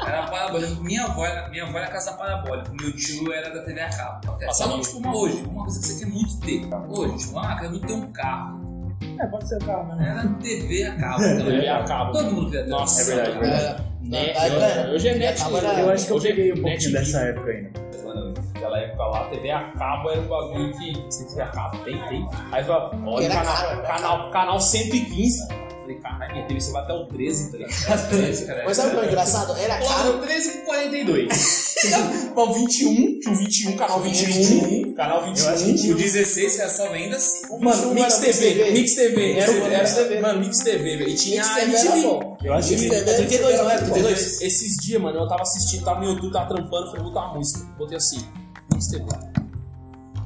Speaker 5: Era parabólica. Minha avó, era- minha avó era casa parabólica. Meu tio era da TV a cabo. Até,
Speaker 1: Passa
Speaker 5: só não,
Speaker 1: muito.
Speaker 5: tipo, uma hoje. Uma coisa que você quer muito ter. Hoje, tipo, ah, quero muito ter um carro.
Speaker 3: TV. É, pode ser o carro, né?
Speaker 5: Era TV a cabo. também.
Speaker 1: Ele é acaba.
Speaker 5: Todo mundo queria ter um
Speaker 1: Nossa,
Speaker 5: carro.
Speaker 1: é verdade,
Speaker 4: É,
Speaker 1: Né?
Speaker 2: Aí, cara,
Speaker 1: Hoje é net.
Speaker 2: acaba-
Speaker 1: né?
Speaker 3: Eu acho que eu
Speaker 1: Hoje é
Speaker 3: peguei um pouquinho
Speaker 1: net
Speaker 3: dessa época ainda.
Speaker 1: Mano, naquela época lá, a TV a cabo era um bagulho que você tinha cabo, tem, tem. Aí fala, olha,
Speaker 4: Era
Speaker 1: canal,
Speaker 4: caro, era
Speaker 1: canal, canal 115. Falei, caralho, minha TV só vai até o 13, tá ligado? 13, cara.
Speaker 2: Mas sabe o que é engraçado? Era
Speaker 5: um
Speaker 2: caro.
Speaker 1: Canal 13 com 42. Bom, 21, tinha o 21, canal 21. Canal 21.
Speaker 3: Eu acho que
Speaker 5: O
Speaker 3: tinha.
Speaker 5: 16 era só vendas.
Speaker 1: Mano,
Speaker 2: Não
Speaker 1: Mix
Speaker 2: era Mix
Speaker 1: TV,
Speaker 2: TV.
Speaker 1: Mix TV, era, o-
Speaker 2: Mix
Speaker 1: era,
Speaker 2: TV.
Speaker 1: mano, Mix TV, velho. E tinha
Speaker 4: Mix
Speaker 1: a
Speaker 4: TV era
Speaker 1: MTV.
Speaker 4: bom.
Speaker 3: Eu acho que.
Speaker 2: É 32, não é? 32?
Speaker 1: Esses dias, mano, eu tava assistindo, tava no YouTube, tava trampando, falei, vou botar uma música. Botei assim, Instagram.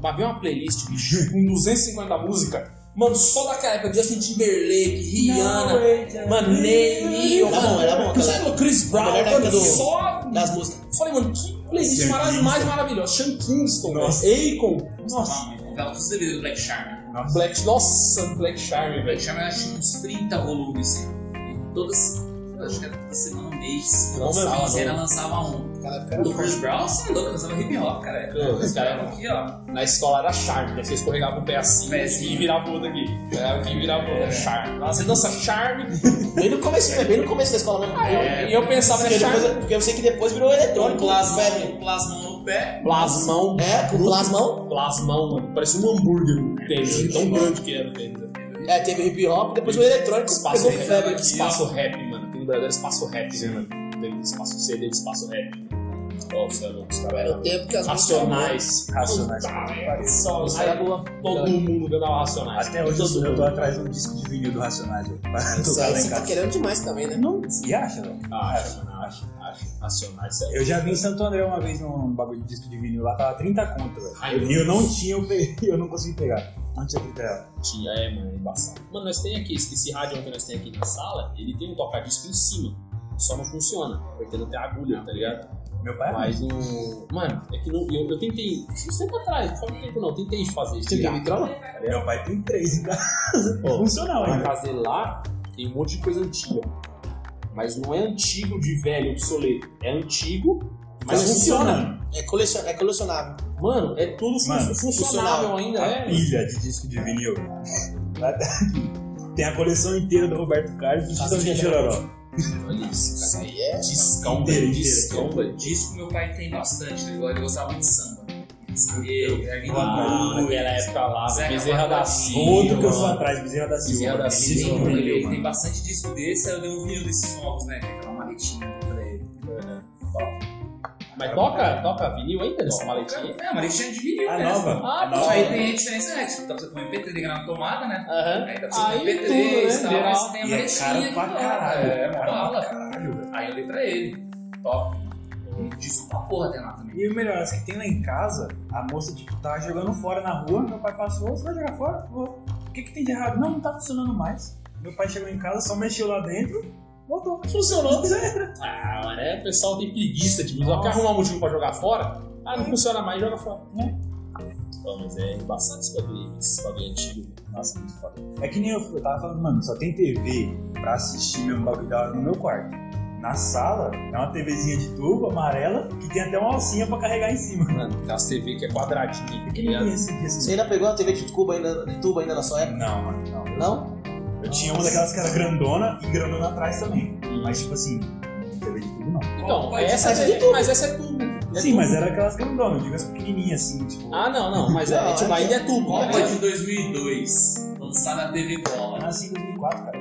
Speaker 1: Babei uma playlist, bicho, com 250 músicas. Mano, só daquela época, Justin Timberlake, Rihanna, mano, Ney,
Speaker 2: Era bom, era bom, aquela época.
Speaker 1: Chris Brown,
Speaker 2: Melhor da
Speaker 1: mano,
Speaker 2: época do-
Speaker 1: só...
Speaker 2: Das músicas.
Speaker 1: Falei, mano, que playlist
Speaker 3: Sean
Speaker 1: mara-
Speaker 3: Kingston.
Speaker 1: mais maravilhosa. Sean Kingston,
Speaker 3: Nossa.
Speaker 1: velho. Akon, nossa.
Speaker 5: Nossa, novela dos DVDs do Black Charm.
Speaker 3: Nossa.
Speaker 1: Black, nossa, Black Charm, velho.
Speaker 5: Black Charm eu acho uns 30 volumes. assim. E todas, eu acho que era toda semana, um mês,
Speaker 1: Não
Speaker 5: lançava,
Speaker 1: lançava,
Speaker 5: quinzena,
Speaker 1: não.
Speaker 5: lançava um.
Speaker 2: Aquela época era
Speaker 5: Do
Speaker 2: bom.
Speaker 5: Chris Brown, você é louco, lançava hip hop,
Speaker 1: É
Speaker 5: cara.
Speaker 1: Os caras
Speaker 3: é
Speaker 5: Era aqui, ó.
Speaker 1: Na escola era charme, daí você escorregava o pé assim,
Speaker 5: Pé
Speaker 1: e
Speaker 5: assim.
Speaker 1: virava o outro aqui. Era o que virava o outro, era charme. Nossa, você dança charme.
Speaker 2: Bem no começo, foi bem no começo da escola mesmo.
Speaker 1: E eu pensava, né,
Speaker 2: Porque,
Speaker 1: charme.
Speaker 2: depois, porque eu sei que depois virou eletrônico. velho.
Speaker 5: Plasmão, plasmão Então, no pé.
Speaker 1: Plasmão.
Speaker 2: É, com plasmão.
Speaker 1: Plasmão, mano. Parecia um hambúrguer no tênis, assim, tão grande que era o tênis. assim.
Speaker 2: É, teve hip hop, depois o eletrônico
Speaker 1: Espaço
Speaker 2: pegou febre.
Speaker 1: rap, espaço rap, mano. Tem no Brasil espaço rap, né, mano. Tem espaço CD, espaço rap. Nossa, mano, os caras
Speaker 4: Era o
Speaker 1: eram
Speaker 4: tempo que as
Speaker 1: racionais.
Speaker 3: Racionais.
Speaker 1: Puta, velho, só Os caras
Speaker 2: Aí,
Speaker 1: todo mundo dando racionais.
Speaker 3: Até hoje
Speaker 1: Todo
Speaker 3: eu, eu
Speaker 1: mundo.
Speaker 3: tô atrás de um disco de vinil do Racionais, velho. Pra
Speaker 2: Isso
Speaker 3: tocar
Speaker 2: aí
Speaker 3: lá em
Speaker 2: você tá
Speaker 3: casa.
Speaker 2: querendo demais também, né?
Speaker 3: Não se acha, velho.
Speaker 1: Acho, acho, acho. Racionais, é
Speaker 3: Eu já vi em Santo André uma vez num bagulho de disco de vinil lá, tava 30 conto,
Speaker 1: Ai,
Speaker 3: velho. E eu não tinha, eu, peguei, eu não consegui pegar. Não tinha 30 reais.
Speaker 1: Tinha, é, mano, é embaçado. Mano, nós tem aqui, esse esse rádio que nós tem aqui na sala, ele tem um tocadisco em cima. Só não funciona, porque não tem agulha, tá ligado?
Speaker 3: Meu pai é era
Speaker 1: Mas o. Mano, é que não, eu, eu tentei. Isso é tempo atrás, não faz muito tempo não, tentei fazer.
Speaker 2: Você tem
Speaker 1: tirar.
Speaker 2: vitrola?
Speaker 3: Meu pai tem três em casa.
Speaker 1: Ó,
Speaker 3: Funcional,
Speaker 1: Na
Speaker 3: hein?
Speaker 1: casa dele é lá tem um monte de coisa antiga. Mas não é antigo de velho, obsoleto. É antigo, mas
Speaker 3: Então
Speaker 1: funciona.
Speaker 2: É, colecion... é colecionável.
Speaker 1: Mano, é tudo fun-
Speaker 3: Mano,
Speaker 1: funcionável ainda,
Speaker 3: A
Speaker 1: é.
Speaker 3: pilha de disco de vinil. Lá Tem a coleção inteira do Roberto Carlos e do
Speaker 2: Nossa,
Speaker 3: Chitãozinho
Speaker 2: que
Speaker 3: Chororó.
Speaker 1: Olha isso,
Speaker 4: Isso
Speaker 1: cara.
Speaker 4: aí é.
Speaker 1: Discão,
Speaker 3: Inteiro,
Speaker 1: velho.
Speaker 3: inteiro.
Speaker 1: Discão, velho.
Speaker 5: Disco meu pai tem bastante, né? ele gostava muito de samba. é Escolheu, Erwin
Speaker 1: Ah,
Speaker 5: Lacroix,
Speaker 1: naquela época lá,
Speaker 5: Zeca
Speaker 1: Bezerra da
Speaker 5: Pagodinho,
Speaker 1: Silva.
Speaker 3: Outro que eu sou atrás, Bezerra da Silva.
Speaker 1: Bezerra da
Speaker 3: mano.
Speaker 1: Silva,
Speaker 3: Disco de
Speaker 5: Ele,
Speaker 3: vinil,
Speaker 5: ele tem
Speaker 3: mano.
Speaker 5: bastante disco desse, aí eu dei um vinil desses novos, né? que é Aquela maletinha pra ele.
Speaker 1: Mas toca, toca vinil ainda nessa maletinha?
Speaker 5: É, a maletinha de vinil
Speaker 3: A
Speaker 5: mesmo.
Speaker 3: nova.
Speaker 1: Ah,
Speaker 3: A
Speaker 1: tá.
Speaker 3: nova.
Speaker 5: Aí tem a diferença, né? Tipo, dá pra você pôr MP3 ligar na tomada, né?
Speaker 1: Aham.
Speaker 5: Aí dá pra você
Speaker 1: Aí
Speaker 5: pôr MP3
Speaker 1: tudo, né?
Speaker 5: e tal,
Speaker 1: Geral.
Speaker 5: aí você tem a
Speaker 3: E é caro
Speaker 5: maletinha que
Speaker 3: pra
Speaker 5: toca.
Speaker 3: caralho.
Speaker 5: É,
Speaker 3: Caro
Speaker 5: uma
Speaker 3: pra
Speaker 5: bala. Aí eu dei pra ele. Top. E Disco pra porra tem lá também.
Speaker 3: E o melhor, as que tem lá em casa, a moça tipo, tá jogando fora na rua, meu pai passou, você vai jogar fora? Vou. O que, que tem de errado? Não, não tá funcionando mais. Meu pai chegou em casa, só mexeu lá dentro, voltou. Funcionou, Zé.
Speaker 1: Ah, mano, é, o pessoal tem preguiça, tipo, só quer
Speaker 3: Nossa.
Speaker 1: arrumar um motivo pra jogar fora, ah, não funciona mais, joga fora. né? Pô, mas é embaçado esse bagulho, esse bagulho é antigo.
Speaker 3: Nossa, muito foda. É que nem eu, eu tava falando, mano, só tem TV pra assistir mesmo bagulho da hora no meu quarto. Na sala, é uma TVzinha de tubo, amarela, que tem até uma alcinha pra carregar em cima.
Speaker 1: Mano, tem umas TV que é quadradinha,
Speaker 3: E
Speaker 1: pequenininha.
Speaker 3: esse aqui,
Speaker 2: Você
Speaker 3: assim,
Speaker 2: ainda pegou a TV de tubo ainda, de tubo ainda na sua época?
Speaker 3: Não, mano, não.
Speaker 2: Não?
Speaker 3: Eu tinha uma daquelas que era grandona e grandona atrás também. Mas tipo assim, TV de tubo não.
Speaker 1: Então,
Speaker 5: Pode
Speaker 1: essa
Speaker 2: ser de
Speaker 1: é,
Speaker 2: tubo.
Speaker 1: mas essa é tubo. É
Speaker 3: Sim,
Speaker 1: tubo.
Speaker 3: mas era aquelas grandonas, eu digo as pequenininhas assim, tipo.
Speaker 1: Ah, não, não, mas é,
Speaker 2: Não,
Speaker 1: é, tipo,
Speaker 2: é-
Speaker 1: ainda é tubo. né?
Speaker 5: Copa de 2002, lançada na TV Bola.
Speaker 3: nasci em 2004, cara.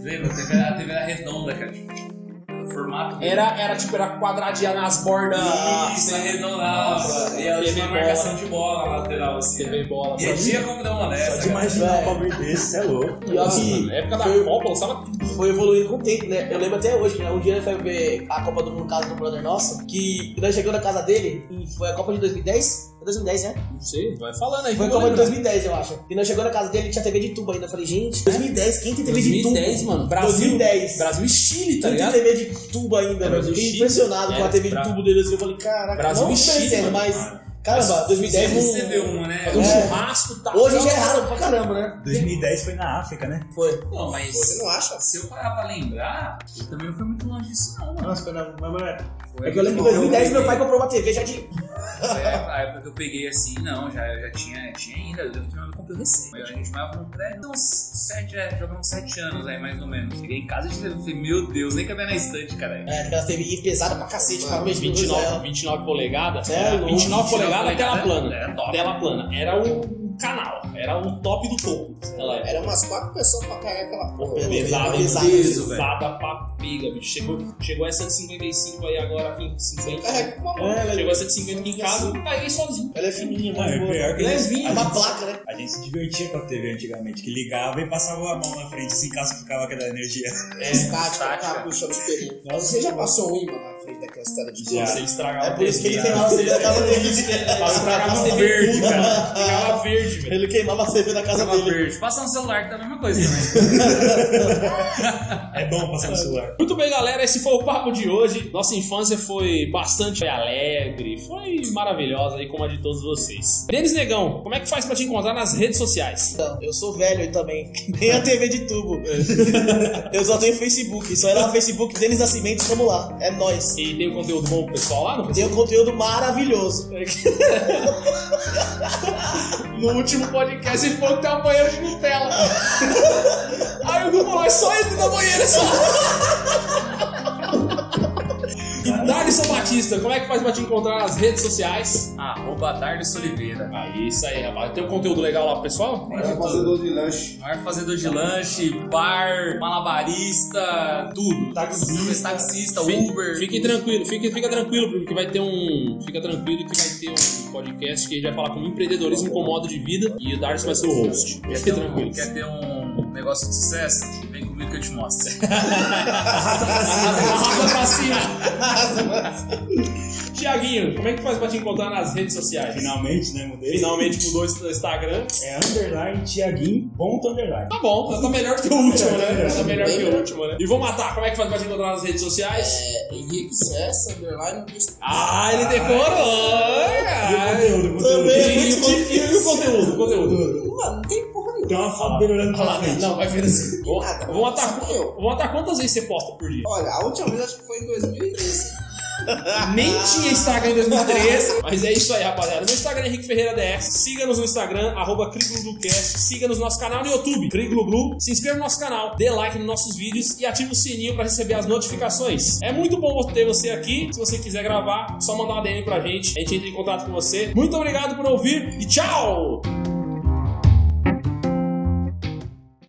Speaker 5: Lembra? A TV era, a TV era redonda, cara. Tipo, o formato.
Speaker 1: Era, era tipo, era quadradinha nas bordas.
Speaker 5: Isso,
Speaker 1: né?
Speaker 5: arredondava. E ela
Speaker 1: TV
Speaker 5: tinha uma
Speaker 1: bola.
Speaker 5: marcação de bola na lateral, assim.
Speaker 1: TV bola.
Speaker 5: E eu tinha como dar uma
Speaker 3: Só
Speaker 5: dessa.
Speaker 3: de
Speaker 5: cara.
Speaker 3: imaginar um
Speaker 2: Velho.
Speaker 3: bagulho desse, cê é louco.
Speaker 2: E
Speaker 1: Nossa,
Speaker 2: assim,
Speaker 1: mano, na época da
Speaker 2: foi-
Speaker 1: Copa, lançava tudo.
Speaker 2: foi evoluindo com o tempo, né? Eu lembro até hoje, né? Um dia nós foi ver a Copa do Mundo na casa do brother nosso, que nós chegamos na casa dele, e foi a Copa de 2010? Foi 2010, né?
Speaker 1: Não sei, vai falando aí.
Speaker 2: Foi a
Speaker 1: vamos
Speaker 2: Copa de
Speaker 1: lembrar.
Speaker 2: 2010, eu acho. E nós chegamos na casa dele, tinha TV de tubo ainda. Eu falei, gente, 2010, quem tem TV de
Speaker 1: 2010,
Speaker 2: tubo?
Speaker 1: mano. Brasil,
Speaker 2: 2010.
Speaker 1: Brasil e Chile, tá
Speaker 2: Quem tem
Speaker 1: ligado?
Speaker 2: TV de tubo ainda,
Speaker 1: É,
Speaker 2: velho?
Speaker 1: Brasil e
Speaker 2: Fiquei
Speaker 1: Chile.
Speaker 2: impressionado com
Speaker 1: É,
Speaker 2: a TV de
Speaker 1: Bra-
Speaker 2: tubo dele, assim, eu falei, caraca,
Speaker 1: Brasil
Speaker 2: não
Speaker 1: e Chile,
Speaker 2: merecendo,
Speaker 1: mano.
Speaker 2: mas,
Speaker 3: Ah.
Speaker 2: caramba, 2010 não...
Speaker 5: Você é recebeu uma, né?
Speaker 1: Fazer um
Speaker 2: É.
Speaker 1: churrasco, tá?
Speaker 2: Hoje já é raro pra caramba, né?
Speaker 3: 2010 foi na África, né?
Speaker 2: Foi.
Speaker 5: Pô, mas
Speaker 4: Você não acha?
Speaker 5: se eu parar pra lembrar, eu também não foi muito longe disso, não, mano.
Speaker 3: Nossa, foi na.
Speaker 5: Foi
Speaker 2: É que eu lembro que em 2010 meu pai comprou uma TV já de...
Speaker 5: Foi a a época que eu peguei assim, não, já, eu já tinha, tinha ainda, eu devo ter eu comprei recém. Mas a gente morava no prédio, então, uns sete, é, jogamos sete anos aí, mais ou menos. Cheguei em casa e falei, meu Deus, nem cabia na estante, cara.
Speaker 2: É, aquelas TV pesada pra cacete, pra mesmo.
Speaker 1: 29, 29 polegadas.
Speaker 2: É, louco.
Speaker 1: 29 polegadas, tela
Speaker 5: polegadas,
Speaker 1: plana.
Speaker 5: é, é top.
Speaker 1: Tela plana. Era o canal. Era o top do topo. Ela é um
Speaker 4: Era umas quatro pessoas pra carregar aquela porra.
Speaker 2: É,
Speaker 1: pesada,
Speaker 2: pesado,
Speaker 1: pesada pra pega, bicho. Chegou, chegou a 155 aí agora, aqui em
Speaker 2: É,
Speaker 1: 50.
Speaker 4: Carrega uma mão.
Speaker 2: ela,
Speaker 1: Chegou a 150 aqui em casa, caí sozinho.
Speaker 2: ela é fininha,
Speaker 3: Não, é
Speaker 2: mas boa.
Speaker 3: pior que a gente-
Speaker 2: Levinha,
Speaker 3: a
Speaker 2: uma
Speaker 3: gente-
Speaker 2: placa, né?
Speaker 3: A gente se divertia com a TV antigamente, que ligava e passava a mão na frente, assim, caso ficava aquela energia.
Speaker 4: É, estática,
Speaker 1: estática.
Speaker 4: ficava puxando os pelinhos. Você já passou um imã na frente daquela estrada de
Speaker 3: Já.
Speaker 4: coisa?
Speaker 1: Você estragava
Speaker 2: É por isso que ele
Speaker 1: a
Speaker 2: queimava a cerveja da casa
Speaker 1: TV. Estragava a TV verde,
Speaker 2: dele.
Speaker 1: cara. Ficava verde, velho.
Speaker 2: Ele queimava a cerveja da casa
Speaker 5: Tela
Speaker 2: dele.
Speaker 5: verde. Passar no celular que dá a mesma coisa também.
Speaker 3: É bom passar no celular.
Speaker 1: Muito bem, galera, esse foi o papo de hoje. Nossa infância foi bastante alegre, foi maravilhosa aí como a de todos vocês. Denis Negão, como é que faz pra te encontrar nas redes sociais?
Speaker 2: Então, eu sou velho aí também. Nem a TV de tubo. eu só tenho Facebook. Só é lá no Facebook, Denis Nascimento, vamos lá. É nóis.
Speaker 1: E tem o conteúdo bom pro pessoal lá no Facebook?
Speaker 2: Tem um conteúdo maravilhoso.
Speaker 1: No último podcast ele falou que tem uma banheira de Nutella. Aí o Google falou, é só ele na banheira, só. E Darlison Batista, como é que faz pra te encontrar nas redes sociais?
Speaker 5: Arroba Darlis Oliveira.
Speaker 1: Aí, isso aí, rapaz. Tem um conteúdo legal lá pro pessoal?
Speaker 2: É
Speaker 5: Tem de tudo.
Speaker 6: de lanche.
Speaker 5: Maior é fazedor de lanche, bar, malabarista, tudo.
Speaker 3: Taxista.
Speaker 5: Taxista,
Speaker 1: Fique-
Speaker 5: Uber.
Speaker 1: Fiquem tranquilo, fica, fica tranquilo, porque vai ter um. Fica tranquilo que vai ter um podcast que a gente vai falar como empreendedorismo com modo de vida e o Darcy vai ser o host.
Speaker 5: Quer
Speaker 1: Fique
Speaker 5: ter, um,
Speaker 1: tranquilo.
Speaker 5: quer ter um negócio de sucesso? Vem comigo que eu te mostro.
Speaker 1: Arrasta pra cima! Tiaguinho, como é que faz pra te encontrar nas redes sociais?
Speaker 3: Finalmente, né, mudei.
Speaker 1: Finalmente mudou o Instagram.
Speaker 3: É underline, Tiaguinho, ponto underline.
Speaker 1: Tá bom, tá melhor que o último, né? Tá melhor
Speaker 4: Bem
Speaker 1: que o
Speaker 4: melhor.
Speaker 1: último, né? E vou matar, como é que faz pra te encontrar nas redes sociais?
Speaker 4: É, Henrique Cessa, underline, no Instagram.
Speaker 1: Ah, ele decorou!
Speaker 3: Conteúdo, conteúdo.
Speaker 2: Também. é
Speaker 1: E o con- e o conteúdo, o conteúdo.
Speaker 4: Mano, não tem porra nenhuma.
Speaker 3: Tem uma foto dele olhando
Speaker 1: Olha
Speaker 3: pra
Speaker 1: lá,
Speaker 3: frente.
Speaker 1: Não, vai vir assim. Vou,
Speaker 4: Nada.
Speaker 1: vou matar,
Speaker 4: Só eu.
Speaker 1: vou matar quantas vezes você posta por dia?
Speaker 4: Olha, a última vez acho que foi em 2013.
Speaker 1: Nem tinha Instagram em 2013. Ah. Mas é isso aí, rapaziada. Meu Instagram é Henrique Ferreira DS. Siga-nos no Instagram, arroba CrigluGluCast. Siga-nos no nosso canal no YouTube, CrigluGlu. Se inscreva no nosso canal, dê like nos nossos vídeos e ative o sininho pra receber as notificações. É muito bom ter você aqui. Se você quiser gravar, só mandar uma DM pra gente. A gente entra em contato com você. Muito obrigado por ouvir e tchau!